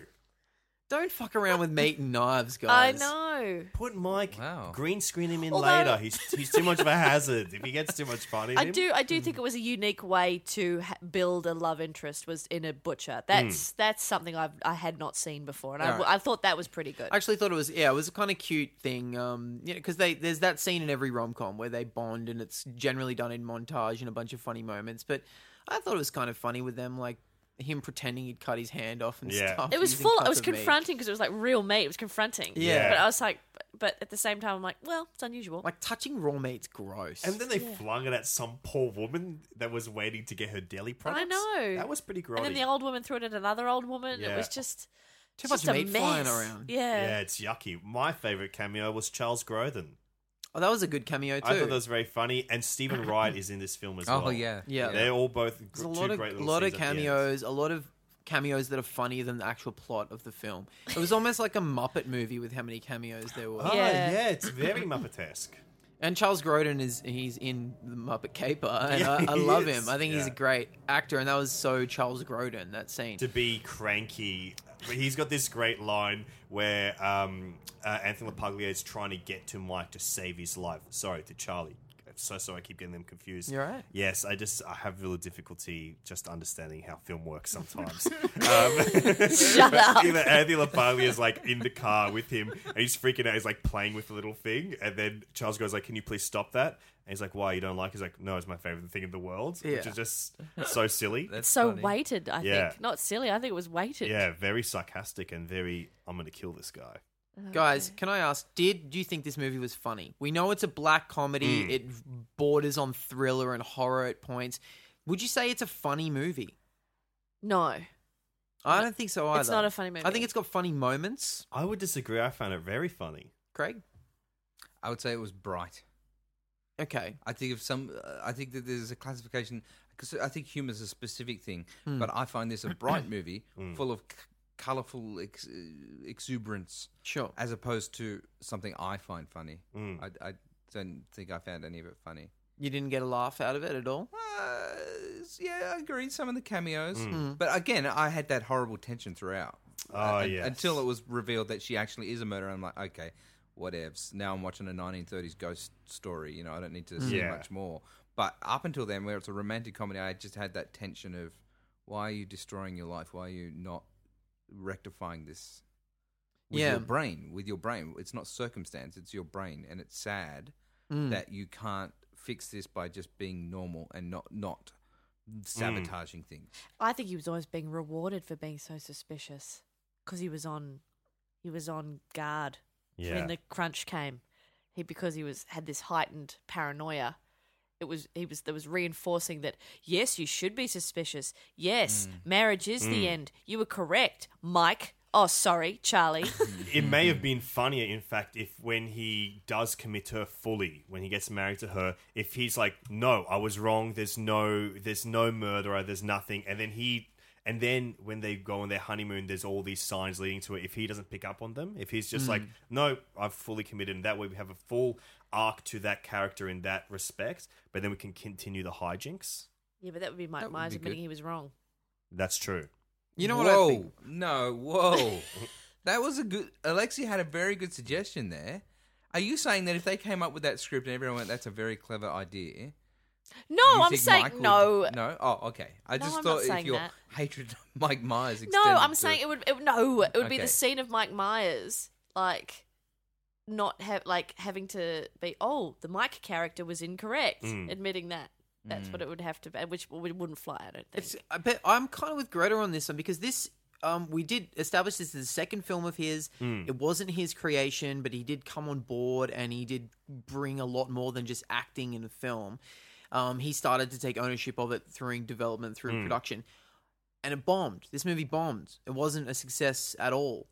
C: Don't fuck around with meat and knives,
G: I
C: guys.
G: know.
D: Put Mike. Green screen him in
G: Although-
D: later. He's he's too much of a hazard. If he gets too much fun in
G: I
D: him. Hmm.
G: do. I do think it was a unique way to ha- build a love interest was in a butcher.
D: Hmm.
G: That's that's something I've I had not seen before, and I,
C: Alright.
G: I thought that was pretty good.
C: I actually thought it was yeah, it was a kind of cute thing. Um, you know, because they there's that scene in every rom com where they bond, and it's generally done in montage and a bunch of funny moments. But I thought it was kind of funny with them, like him pretending he'd cut his hand off and
D: Yeah.
C: stuff.
G: it was
C: using
G: full.
C: cuts
G: It was
C: of meat.
G: confronting because it was like real meat. It was confronting.
C: Yeah.
G: But I was like, but, but at the same time, I'm like, well, it's unusual.
C: Like touching raw meat's gross.
D: And then they
G: Yeah.
D: flung it at some poor woman that was waiting to get her deli products.
G: I know
D: That was pretty grotty.
G: And then the old woman threw it at another old woman. It
D: Yeah.
G: was just
C: Too
G: just
C: much
G: a
C: meat
G: mess.
C: flying around.
G: Yeah.
D: Yeah, it's yucky. My favorite cameo was Charles Grodin.
C: oh, that was a good cameo too.
D: I thought that was very funny, and Stephen Wright is in this film as
E: Oh,
D: well.
E: yeah.
C: Yeah.
D: they're all both gr-
C: There's a
D: two
C: lot of
D: great little
C: lot of
D: scenes at the end.
C: cameos, a lot of cameos that are funnier than the actual plot of the film. It was almost like a Muppet movie with how many cameos there were.
D: Oh, yeah. it's very Muppetesque.
C: And Charles Grodin is he's in the Muppet Caper, and
D: Yeah,
C: I, I
D: he
C: love
D: is.
C: him. I think he's a
D: Yeah.
C: great actor, and that was so Charles Grodin that scene.
D: To be cranky, but he's got this great line where um, uh, Anthony LaPaglia is trying to get to Mike to save his life. Sorry, to Charlie. So sorry, I keep getting them confused.
C: You're right.
D: Yes, I just I have real difficulty just understanding how film works sometimes. um,
F: Shut
D: but
F: up.
D: Either Anthony LaPaglia is like in the car with him, and he's freaking out. He's like playing with the little thing, and then Charles goes like, "Can you please stop that?" And he's like, "Why you don't like?" it?" He's like, "No, it's my favorite thing in the world," which
C: Yeah.
D: is just so silly.
G: It's so weighted. I
D: Yeah.
G: think not silly. I think it was weighted.
D: Yeah, very sarcastic and very, I'm going to kill this guy.
G: Oh,
C: Guys, can I ask? Did you think this movie was funny? We know it's a black comedy.
D: Mm.
C: It borders on thriller and horror at points. Would you say it's a funny movie?
G: No.
C: I don't think so either.
G: It's not a funny
C: I
G: movie.
C: think it's got funny moments.
D: I would disagree. I found it very funny.
C: Craig.
E: I would say it was bright.
C: Okay.
E: I think of some. Uh, I think that there's a classification because I think humor is a specific thing.
C: Hmm.
E: But I find this a bright movie
D: Hmm.
E: full of c- colorful ex- uh, exuberance,
C: Sure.
E: as opposed to something I find funny.
D: Hmm.
E: I, I don't think I found any of it funny.
C: You didn't get a laugh out of it at all?
E: Uh, yeah, I agree. Some of the cameos,
C: Mm. Mm.
E: but again, I had that horrible tension throughout.
D: Hmm.
E: Uh,
D: Oh,
E: un-
D: yes.
E: Until it was revealed that she actually is a murderer, I'm like, okay, whatevs. Now I'm watching a 1930s ghost story. You know, I don't need to
D: Mm.
E: see
D: Yeah.
E: much more. But up until then, where it's a romantic comedy, I just had that tension of why are you destroying your life? Why are you not rectifying this? With
C: Yeah.
E: your brain, with your brain. It's not circumstance, it's your brain. And it's sad
C: Mm.
E: that you can't fix this by just being normal and not not sabotaging
G: Mm.
E: things.
G: I think he was always being rewarded for being so suspicious because he was on he was on guard
E: Yeah.
G: when the crunch came. He because he was had this heightened paranoia. It was he was there was reinforcing that yes you should be suspicious. Yes, marriage is the
D: Mm.
G: end. You were correct, Mike. Oh, sorry, Charlie.
D: It may have been funnier, in fact, if when he does commit her fully, when he gets married to her, if he's like, "No, I was wrong. There's no, there's no murderer. There's nothing," and then he, and then when they go on their honeymoon, there's all these signs leading to it. If he doesn't pick up on them, if he's just like,
K: Mm.
D: "No, I've fully committed," and that way we have a full arc to that character in that respect, but then we can continue the hijinks.
G: yeah, but that would be Mike Myers
D: be
G: admitting
D: good.
G: he was wrong.
D: That's true.
C: You know what
E: whoa,
C: I think?
E: No, whoa. that was a good Alexi had a very good suggestion there. Are you saying that if they came up with that script and everyone went, that's a very clever idea?
G: No,
E: you
G: I'm
E: think
G: saying
E: Mike would-
G: no.
E: No? Oh, okay. I
G: No,
E: just
G: I'm not
E: thought if
G: saying
E: your
G: that.
E: hatred of Mike Myers
G: No,
E: extended
G: I'm
E: to-
G: saying it would. It, no, it would be
E: Okay.
G: the scene of Mike Myers, like not have like having to be. Oh, the Mike character was incorrect.
C: Mm.
G: Admitting that. That's
C: Mm.
G: what it would have to be, which well, it wouldn't fly. I don't think.
C: It's, uh, I bet I'm kind of with Greta on this one because this, um, we did establish this is the second film of his.
G: Mm.
C: It wasn't his creation, but he did come on board and he did bring a lot more than just acting in the film. Um, he started to take ownership of it through development, through
D: Mm.
C: production, and it bombed. This movie bombed. It wasn't a success at all.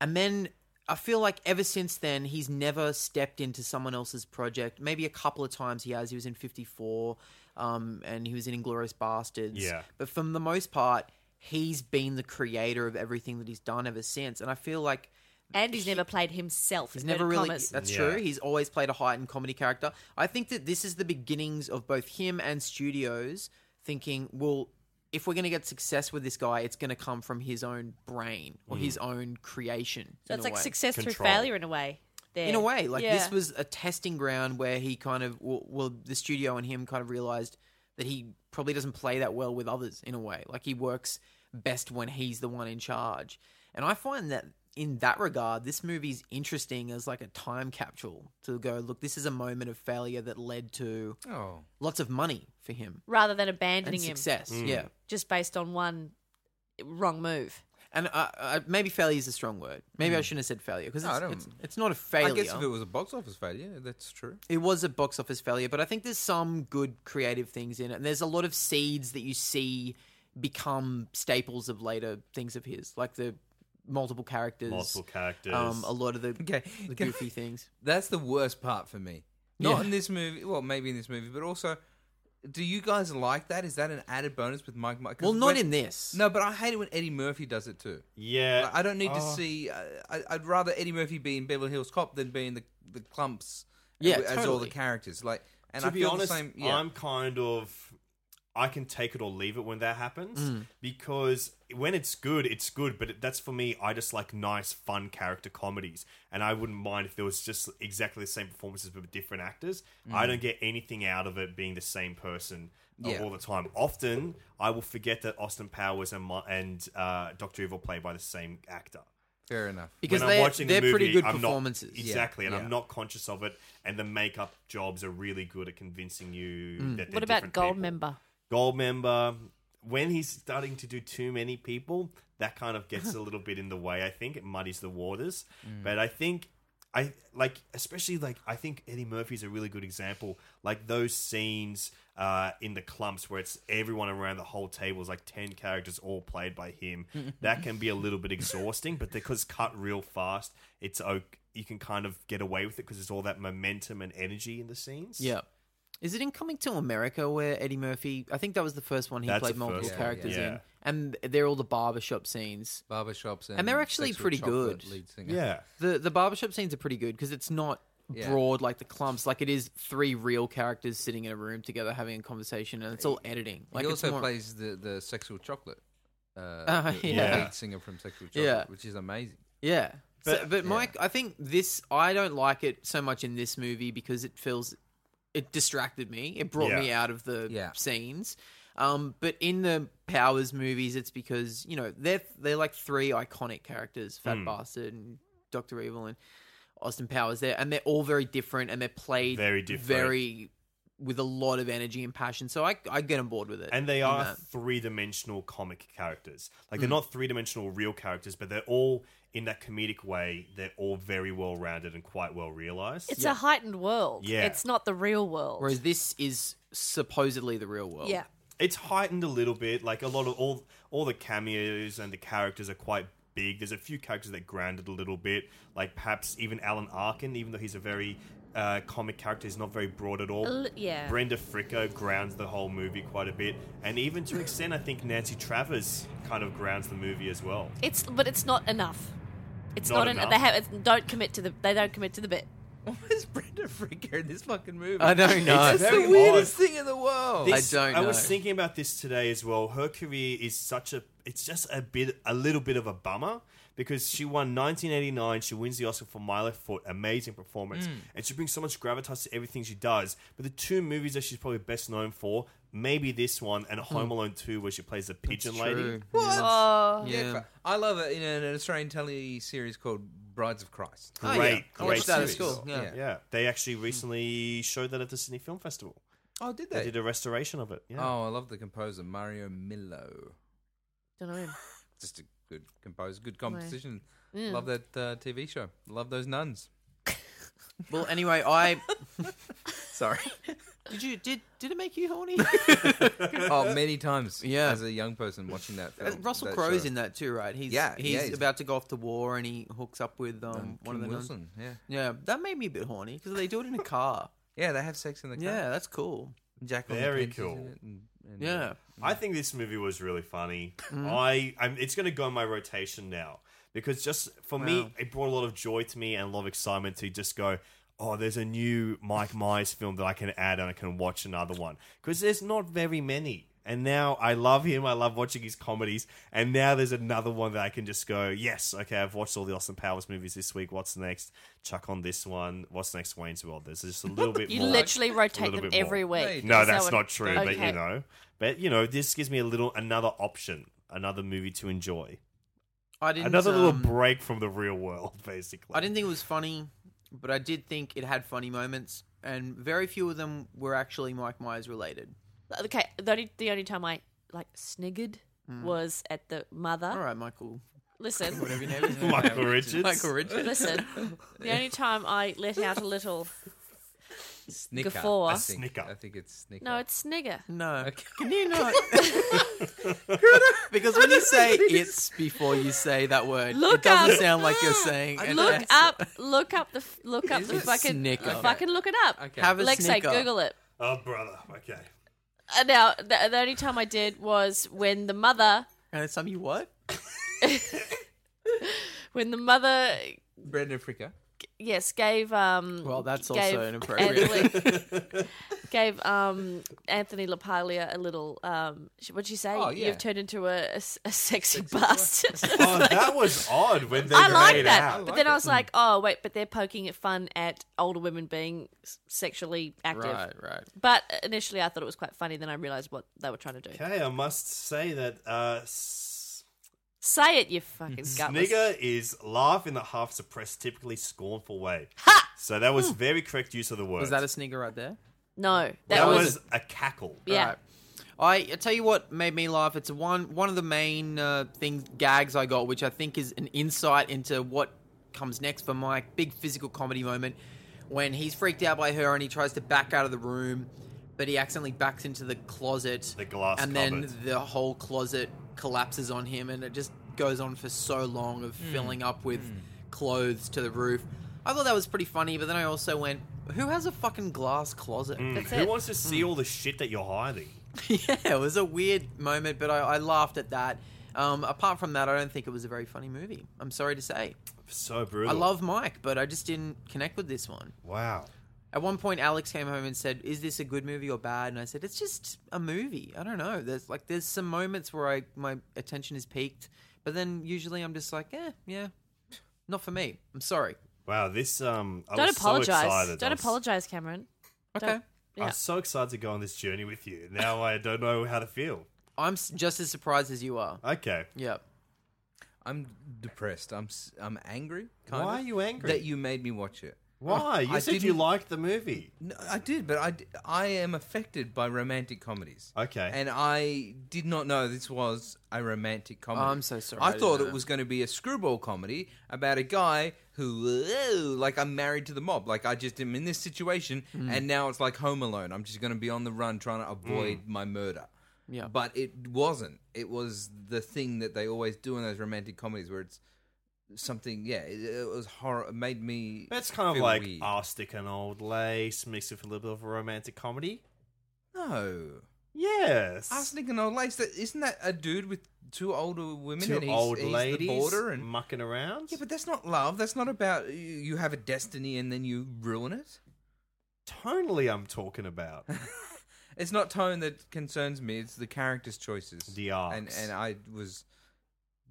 C: And then I feel like ever since then, he's never stepped into someone else's project. Maybe a couple of times he has. He was in 54 um, and he was in Inglorious Bastards.
D: Yeah.
C: But for the most part, he's been the creator of everything that he's done ever since. And I feel like
G: And he's never played himself.
C: He's
G: in
C: never
G: inverted
C: really. uh,
G: commas.
C: That's true. He's always played a heightened comedy character. I think that this is the beginnings of both him and studios thinking, well, if we're going to get success with this guy, it's going to come from his own brain or
G: Mm.
C: his own creation.
G: So
C: in
G: it's
C: a
G: like
C: way.
G: success through failure in a way. There.
C: In a way, like
G: Yeah.
C: this was a testing ground where he kind of, well, well, the studio and him kind of realized that he probably doesn't play that well with others in a way. Like he works best when he's the one in charge. And I find that in that regard, this movie's interesting as like a time capsule to go, look, this is a moment of failure that led to
E: Oh.
C: lots of money for him.
G: rather than abandoning
C: And
G: him.
C: success, Mm. yeah.
G: Just based on one wrong move.
C: And uh, uh, maybe failure is a strong word. Maybe I
E: Mm.
C: shouldn't have said failure because
E: No, I
C: it's,
E: don't-
C: it's, it's not a failure.
E: I guess if it was a box office failure, that's true.
C: It was a box office failure, but I think there's some good creative things in it. And there's a lot of seeds that you see become staples of later things of his, like the multiple characters,
D: Multiple characters.
C: um, a lot of the, the
E: Can
C: goofy
E: I-
C: things.
E: That's the worst part for me. Not
C: Yeah.
E: in this movie. Well, maybe in this movie, but also, do you guys like that? Is that an added bonus with Mike? Mike? 'Cause
C: Well, not
E: when-
C: in this.
E: No, but I hate it when Eddie Murphy does it too.
D: Yeah.
E: Like, I don't need to
D: Oh.
E: see. Uh, I, I'd rather Eddie Murphy be in Beverly Hills Cop than be in the the clumps.
D: Yeah,
E: as, as all the
D: totally.
E: characters. Like, and
D: to
E: I
D: be
E: feel
D: honest,
E: the same. Yeah.
D: I'm kind of I can take it or leave it when that happens
E: Mm.
D: because when it's good, it's good. But it- that's for me. I just like nice, fun character comedies, and I wouldn't mind if there was just exactly the same performances but with different actors. I
E: Mm.
D: don't get anything out of it being the same person. uh,
E: Yeah.
D: All the time. Often, I will forget that Austin Powers and my, and uh, Doctor Evil play by the same actor.
E: Fair enough.
C: Because
D: Because when
C: they-
D: I'm watching the
C: they're
D: movie,
C: pretty good
D: I'm not-
C: performances. Yeah.
D: exactly, and
C: Yeah.
D: I'm not conscious of it. And the makeup jobs are really good at convincing you
G: Mm.
D: that.
G: What
D: they're
G: about
D: different
G: Gold
D: people.
G: Member?
D: Gold member. When he's starting to do too many people, that kind of gets a little bit in the way. I think it muddies the waters.
K: Mm.
D: But I think I like, especially like I think Eddie Murphy's a really good example. Like those scenes uh, in the clumps where it's everyone around the whole table is like ten characters all played by him. that can be a little bit exhausting, but because cut real fast, it's o You can kind of get away with it because there's all that momentum and energy in the scenes.
C: Yeah. Is it in Coming to America where Eddie Murphy? I think that was the first one he
D: That's
C: played
D: the
C: multiple
D: first one,
C: characters
D: yeah.
C: in, and they're all the barbershop scenes.
E: Barbershops,
C: and they're actually
E: Sexual
C: pretty
E: Chocolate
C: good.
E: lead singer.
C: the the barbershop scenes are pretty good because it's not
E: Yeah.
C: broad like the clumps. Like it is three real characters sitting in a room together having a conversation, and it's all editing. Like
E: he
C: it's
E: also
C: more-
E: plays the the sexual chocolate. Uh,
C: Uh,
E: the- the
C: yeah.
E: lead singer from Sexual Chocolate,
C: Yeah.
E: which is amazing.
C: Yeah. But,
E: So-
C: but
E: Yeah.
C: Mike, I think this, I don't like it so much in this movie because it feels, it distracted me. It brought me
E: Yeah.
C: out of the
E: Yeah.
C: scenes. Um, but in the Powers movies, it's because, you know, they're, they're like three iconic characters Fat
D: Mm.
C: Bastard and Dr. Evil and Austin Powers there. And they're all very different and they're played
D: Very different.
C: very- with a lot of energy and passion. So I, I get on board with it.
D: And they
C: in
D: are
C: that.
D: three dimensional comic characters. Like they're
C: Mm.
D: not three dimensional real characters, but they're all in that comedic way. They're all very well rounded and quite well realized.
G: It's a heightened world.
D: Yeah.
G: It's not the real world.
C: Whereas this is supposedly the real world.
G: Yeah.
D: It's heightened a little bit. Like a lot of all all the cameos and the characters are quite big. There's a few characters that grounded a little bit. Like perhaps even Alan Arkin, even though he's a very uh, comic character, he's not very broad at all.
G: A li- yeah.
D: Brenda Fricker grounds the whole movie quite a bit, and even to an extent, I think Nancy Travers kind of grounds the movie as well.
G: It's but it's not enough. It's
D: Not
G: not, enough.
D: enough?
G: They have it's, don't commit to the they don't commit to the bit.
E: Brenda Fricker in this fucking movie.
C: I don't know.
E: It's just
C: Very
E: the weirdest
C: odd.
E: thing in the world.
D: This-
C: Oh, I don't
D: I was
C: know.
D: thinking about this today as well. Her career is such a. It's just a bit, a little bit of a bummer because she won 1989. She wins the Oscar for My Left Foot, amazing
C: Hmm.
D: performance,
E: Mm.
D: and she brings so much gravitas to everything she does. But the two movies that she's probably best known for, maybe this one and Home
E: Hmm.
D: Alone 2, where she plays the pigeon lady.
C: true.
E: What?
G: Oh.
E: yeah.
C: Yeah.
E: fa- I love it in an an Australian telly series called Brides of Christ.
C: Oh, yeah.
D: Great,
C: I
D: great
C: watched that at
D: series.
C: school, yeah.
D: yeah, They actually recently showed that at the Sydney Film Festival.
E: Oh, did
D: They
E: they?
D: did a restoration of it. Yeah.
E: Oh, I love the composer Mario Milo.
G: Don't know him.
E: Just a good composer, good composition.
G: Mm.
E: Love that uh, TV show. Love those nuns.
C: Well, anyway, I
E: Sorry.
C: did you did did it make you horny?
E: oh, many times.
C: Yeah.
E: as a young person watching that.
C: Uh,
E: Film,
C: Russell
E: that
C: Crowe's
E: show.
C: in that too, right? He's
E: Yeah, yeah,
C: he's,
E: he's-
C: about to go off to war, and he hooks up with um,
E: Um,
C: one of the
E: Kim
C: nuns.
E: Wilson, yeah.
C: yeah, that made me a bit horny because they do it in a car.
E: Yeah, they have sex in the car.
C: yeah, that's cool. Jack on the
D: Very
C: Pins.
D: cool.
C: Yeah,
D: I think this movie was really funny.
C: Mm.
D: I I'm, it's going to go in my rotation now because just for me,
C: Wow.
D: it brought a lot of joy to me and a lot of excitement to just go. Oh, there's a new Mike Myers film that I can add and I can watch another one because there's not very many. And now I love him. I love watching his comedies. And now there's another one that I can just go, yes, okay, I've watched all the Austin Powers movies this week. What's next? Chuck on this one. What's next? Wayne's World. There's just a little bit
G: You
D: more.
G: literally
D: a
G: rotate
D: little
G: them
D: bit more.
G: every week.
D: No,
G: Is that
D: that's
G: what-
D: not true. But
G: Okay.
D: you know, but you know, this gives me a little another option, another movie to enjoy,
C: I didn't.
D: another little
C: um,
D: break from the real world, basically.
C: I didn't think it was funny, but I did think it had funny moments, and very few of them were actually Mike Myers related.
G: Okay, the only, the only time I like sniggered
C: Mm.
G: was at the mother.
C: All right, Michael.
G: Listen,
C: Whatever your name is.
D: Michael Richards.
C: Michael Richards.
G: listen. The only time I let out a little
E: Snicker.
G: Guffaw.
E: I
G: A
E: think,
D: snicker.
E: I think it's snicker.
G: no, it's snigger.
C: No.
E: Okay.
C: Can you not? because when you say it's before you say that word,
G: Look
C: it doesn't
G: up.
C: sound like you're saying an
G: Look
C: S.
G: up, look up the f- look up
C: Is
G: the
C: it
G: fucking
C: snicker? Okay.
G: fucking look it up.
E: Okay.
C: Have a
G: Alexa,
C: snicker.
G: Google it.
D: Oh, brother. Okay.
G: Uh, now, the, the only time I did was when the mother,
C: And it's something you what?
G: when the mother,
E: Brenda Fricker.
G: yes, gave um.
C: Well, that's
G: gave
C: also inappropriate.
G: Anthony- gave um Anthony LaPaglia a little um. sh- What'd she say?
E: Oh, yeah.
G: You've turned into a, a s- a sexy, bastard.
D: Oh, that was odd when they
G: I
D: made
G: like that,
D: out.
G: but then I was like, "Oh wait!" But they're poking at fun at older women being s- sexually active.
C: Right, right.
G: But initially, I thought it was quite funny. Then I realized what they were trying to do.
D: Okay, I must say that uh, s-
G: Say it, you fucking gutless.
D: snigger is laugh in the half suppressed, typically scornful way. So that was very correct use of the word.
C: Was that a snigger right there?
G: No, that,
D: That
G: was,
D: was a cackle.
G: yeah.
C: Right. I, I tell you what made me laugh. It's one one of the main uh, things gags I got, which I think is an insight into what comes next for Mike. Big physical comedy moment when he's freaked out by her and he tries to back out of the room, but he accidentally backs into the closet,
D: The glass
C: and then
D: cupboard.
C: the whole closet collapses on him, and it just goes on for so long of filling up with clothes to the roof. I thought that was pretty funny, but then I also went, "Who has a fucking glass closet?"
G: That's
D: Who
G: it.
D: wants to see all the shit that you're hiding?
C: yeah, it was a weird moment, but I, I laughed at that. Um, apart from that, I don't think it was a very funny movie. I'm sorry to say.
D: So brutal.
C: I love Mike, but I just didn't connect with this one.
D: Wow.
C: At one point, Alex came home and said, "Is this a good movie or bad?" And I said, "It's just a movie. I don't know. There's like there's some moments where I my attention is peaked, but then usually I'm just like, yeah, yeah, not for me. I'm sorry.
D: Wow, this um, I
G: Don't
D: was
G: apologize.
D: So excited.
G: Don't
D: I was-
G: apologize, Cameron.
C: Okay.
D: I
G: Don't- yeah.
D: was so excited to go on this journey with you. Now I don't know how to feel.
C: I'm s- just as surprised as you are.
D: Okay.
C: Yep.
E: I'm depressed. I'm s- I'm angry. Kind
D: Why
E: of,
D: are you angry?
E: That you made me watch it.
D: Why? You said you
E: didn't-
D: liked the movie.
E: No, I did, but I, d- I am affected by romantic comedies.
D: Okay.
E: And I did not know this was a romantic comedy.
C: Oh, I'm so sorry, I
E: I
C: didn't
E: thought
C: know.
E: it was going to be a screwball comedy about a guy who, "Whoa," like, I'm married to the mob. Like, I just am in this situation,
C: Mm.
E: and now it's like Home Alone. I'm just going to be on the run trying to
C: Hmm.
E: avoid my murder.
C: Yeah.
E: But it wasn't. It was the thing that they always do in those romantic comedies where it's something, yeah, it, it was horror. It made me.
D: That's kind of
E: feel
D: like
E: weird.
D: Arstic and Old Lace mixed with a little bit of a romantic comedy.
E: No.
D: Yes.
E: Arsenic and old lace. That, isn't that a dude with two older women?
D: Two
E: and he's,
D: old
E: he's
D: ladies
E: the border and
D: mucking around.
E: yeah, but that's not love. That's not about you- you have a destiny and then you ruin it.
D: Tonally, I'm talking about.
E: It's not tone that concerns me. It's the character's choices, the
D: arcs.
E: and and I was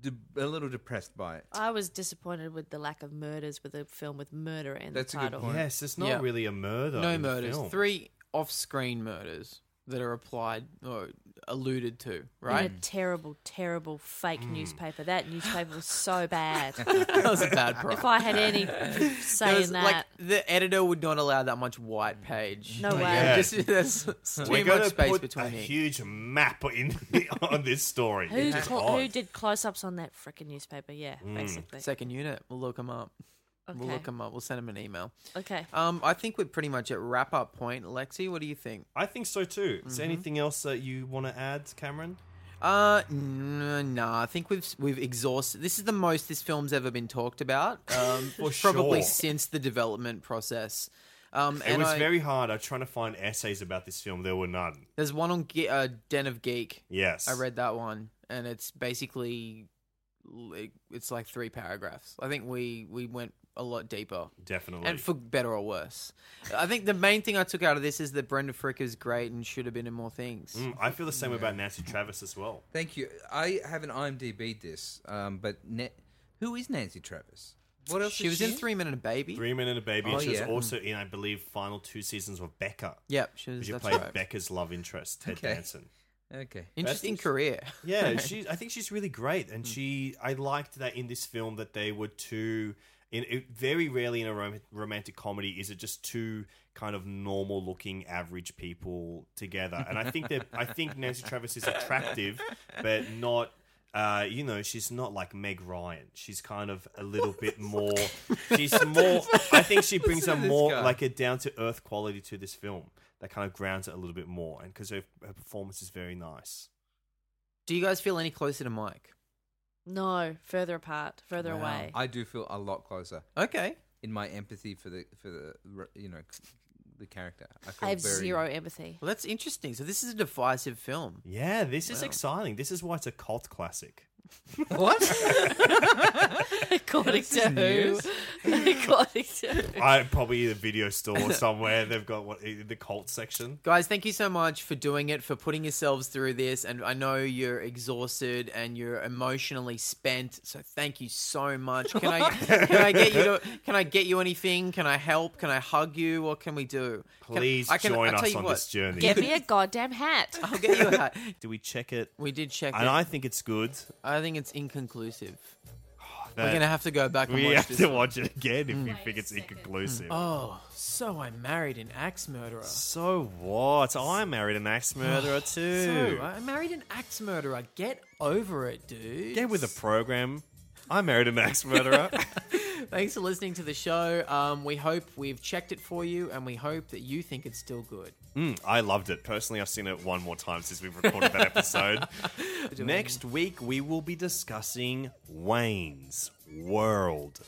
E: de- a little depressed by it.
G: I was disappointed with the lack of murders with a film with murder in
E: That's a
G: the
E: good
G: title.
E: point.
D: Yes, it's not
C: Yeah.
D: really a murder.
C: no
D: in the
C: murders.
D: film.
C: Three off-screen murders that are applied or alluded to, right?
G: In a terrible, terrible fake
E: Hmm.
G: newspaper. That newspaper was so bad.
C: that was a bad product.
G: If I had any say
C: There
G: in
C: was,
G: that,
C: like the editor would not allow that much white page.
G: No way.
D: Yeah.
C: Just- there's too
D: We're gonna
C: much space
D: put
C: between
D: a
C: it.
D: huge map in on this story.
G: who,
D: It's
G: cl-
D: odd.
G: who did close-ups on that freaking newspaper? Yeah,
D: Mm.
E: Hmm.
G: basically.
C: Second unit. We'll look them up. We'll
G: Okay.
C: look them up. We'll send them an email.
G: Okay.
C: Um, I think we're pretty much at wrap up point. Lexi, what do you think?
D: I think so too. Is there anything else that you want to add, Cameron?
C: Uh, n- nah. I think we've we've exhausted. This is the most this film's ever been talked about. Um,
D: For
C: probably
D: sure.
C: since the development process. Um,
D: it
C: and
D: was
C: I-
D: very hard. I was trying to find essays about this film. There were none.
C: There's one on Ge- uh, Den of Geek.
D: Yes.
C: I read that one, and it's basically like- it's like three paragraphs. I think we we went a lot deeper,
D: Definitely.
C: and for better or worse. I think the main thing I took out of this is that Brenda Frick is great and should have been in more things.
D: Mm, I feel the same about Nancy Travis as well.
E: Thank you. I haven't IMDb this, um, but Na- who is Nancy Travis? What else?
C: She was
E: is
C: in Three Men and a Baby.
D: Three Men and a Baby. and
E: Oh,
D: she
E: yeah.
D: was also in, I believe, final two seasons of Becca.
C: Yep, she was-
D: She
C: that's
D: played
C: right.
D: Becca's love interest, Ted
E: Okay.
D: Danson.
E: Okay.
C: Interesting
D: That's-
C: career.
D: Yeah, she. I think she's really great,
E: Hmm.
D: and she. I liked that in this film that they were two. In it, very rarely in a rom- romantic comedy is it just two kind of normal looking average people together, and I think that I think Nancy Travis is attractive, but not. Uh, you know, she's not like Meg Ryan. She's kind of a little bit more. She's more. I think she brings a
E: Listen to this
D: more
E: guy.
D: like a down to earth quality to this film that kind of grounds it a little bit more, and because her, her performance is very nice.
C: Do you guys feel any closer to Mike?
G: no, further apart, further
E: Wow.
G: away.
E: I do feel a lot closer.
C: Okay.
E: in my empathy for the for the you know the character. feel
G: I have
E: very-
G: zero empathy.
C: Well, that's interesting. So this is a divisive film.
D: Yeah, this is
C: Wow.
D: exciting. This is why it's a cult classic.
G: According
E: This is
G: to who? According to who?
D: I probably in a video store somewhere. They've got what in the cult section.
C: Guys, thank you so much for doing it, for putting yourselves through this. And I know you're exhausted and you're emotionally spent. So thank you so much. Can I can I get you to, can I get you anything? Can I help? Can I hug you? What can we do? Can-
D: Please
C: I can-
D: join
C: I tell
D: us
C: you
D: on
C: what,
D: this journey.
G: Get me a goddamn hat.
C: I'll get you a hat.
D: Do we check it?
C: We did check
D: and
C: it.
D: I think it's good.
C: I think it's inconclusive. We're
D: That-
C: gonna have to go back and
D: We
C: watch
D: have
C: this
D: to
C: one.
D: watch it again if we think it's inconclusive.
C: Oh, so I married an axe murderer.
D: So what? I married an axe murderer too.
C: So I married an axe murderer. Get over it, dude.
D: Get with the program. I married an axe murderer.
C: Thanks for listening to the show. Um, we hope we've checked it for you, and we hope that you think it's still good.
D: Mm, I loved it. Personally, I've seen it one more time since we've recorded that episode. Next week, we will be discussing Wayne's World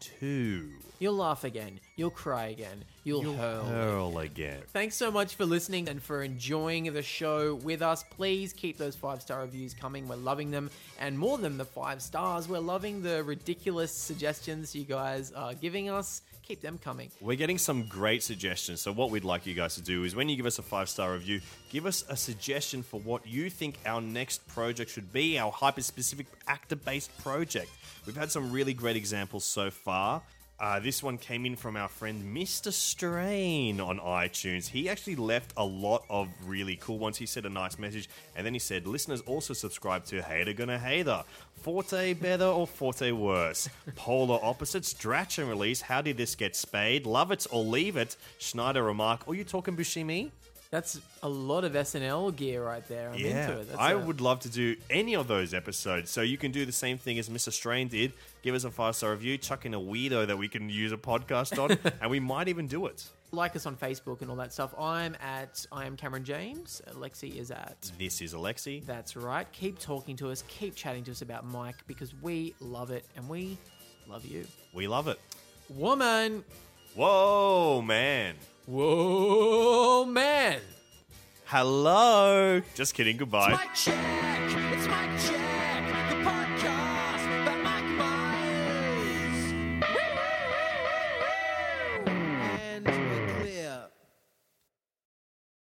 D: two.
C: You'll laugh again. You'll cry again. You'll, hurl.
D: Hurl again.
C: Thanks so much for listening and for enjoying the show with us. Please keep those five star reviews coming. We're loving them. And more than the five stars, we're loving the ridiculous suggestions you guys are giving us. Keep them coming.
D: We're getting some great suggestions. So, what we'd like you guys to do is when you give us a five star review, give us a suggestion for what you think our next project should be, our hyper specific actor based project. We've had some really great examples so far. Uh, this one came in from our friend Mr. Strain on iTunes. He actually left a lot of really cool ones. He said a nice message, and then he said, Listeners also subscribe to Hater Gonna Hater. Forte better or forte worse? Polar opposites, Dratch and release. How did this get spayed? Love it or leave it? Schneider remark. Are you talking Bushimi?
C: That's a lot of SNL gear right there. I'm into it. That's
D: I
C: a-
D: would love to do any of those episodes. So you can do the same thing as Mr. Strain did. Give us a five star review, chuck in a weirdo that we can use a podcast on, and we might even do it.
C: like us on Facebook and all that stuff. I'm at I am Cameron James. Lexi is at
D: This is Alexi.
C: That's right. Keep talking to us. Keep chatting to us about Mike because we love it and we love you.
D: We love it.
C: Woman.
D: Whoa, man.
C: Whoa, man.
D: Hello. Just kidding. Goodbye.
F: It's Mike Jack. It's Mike Jack.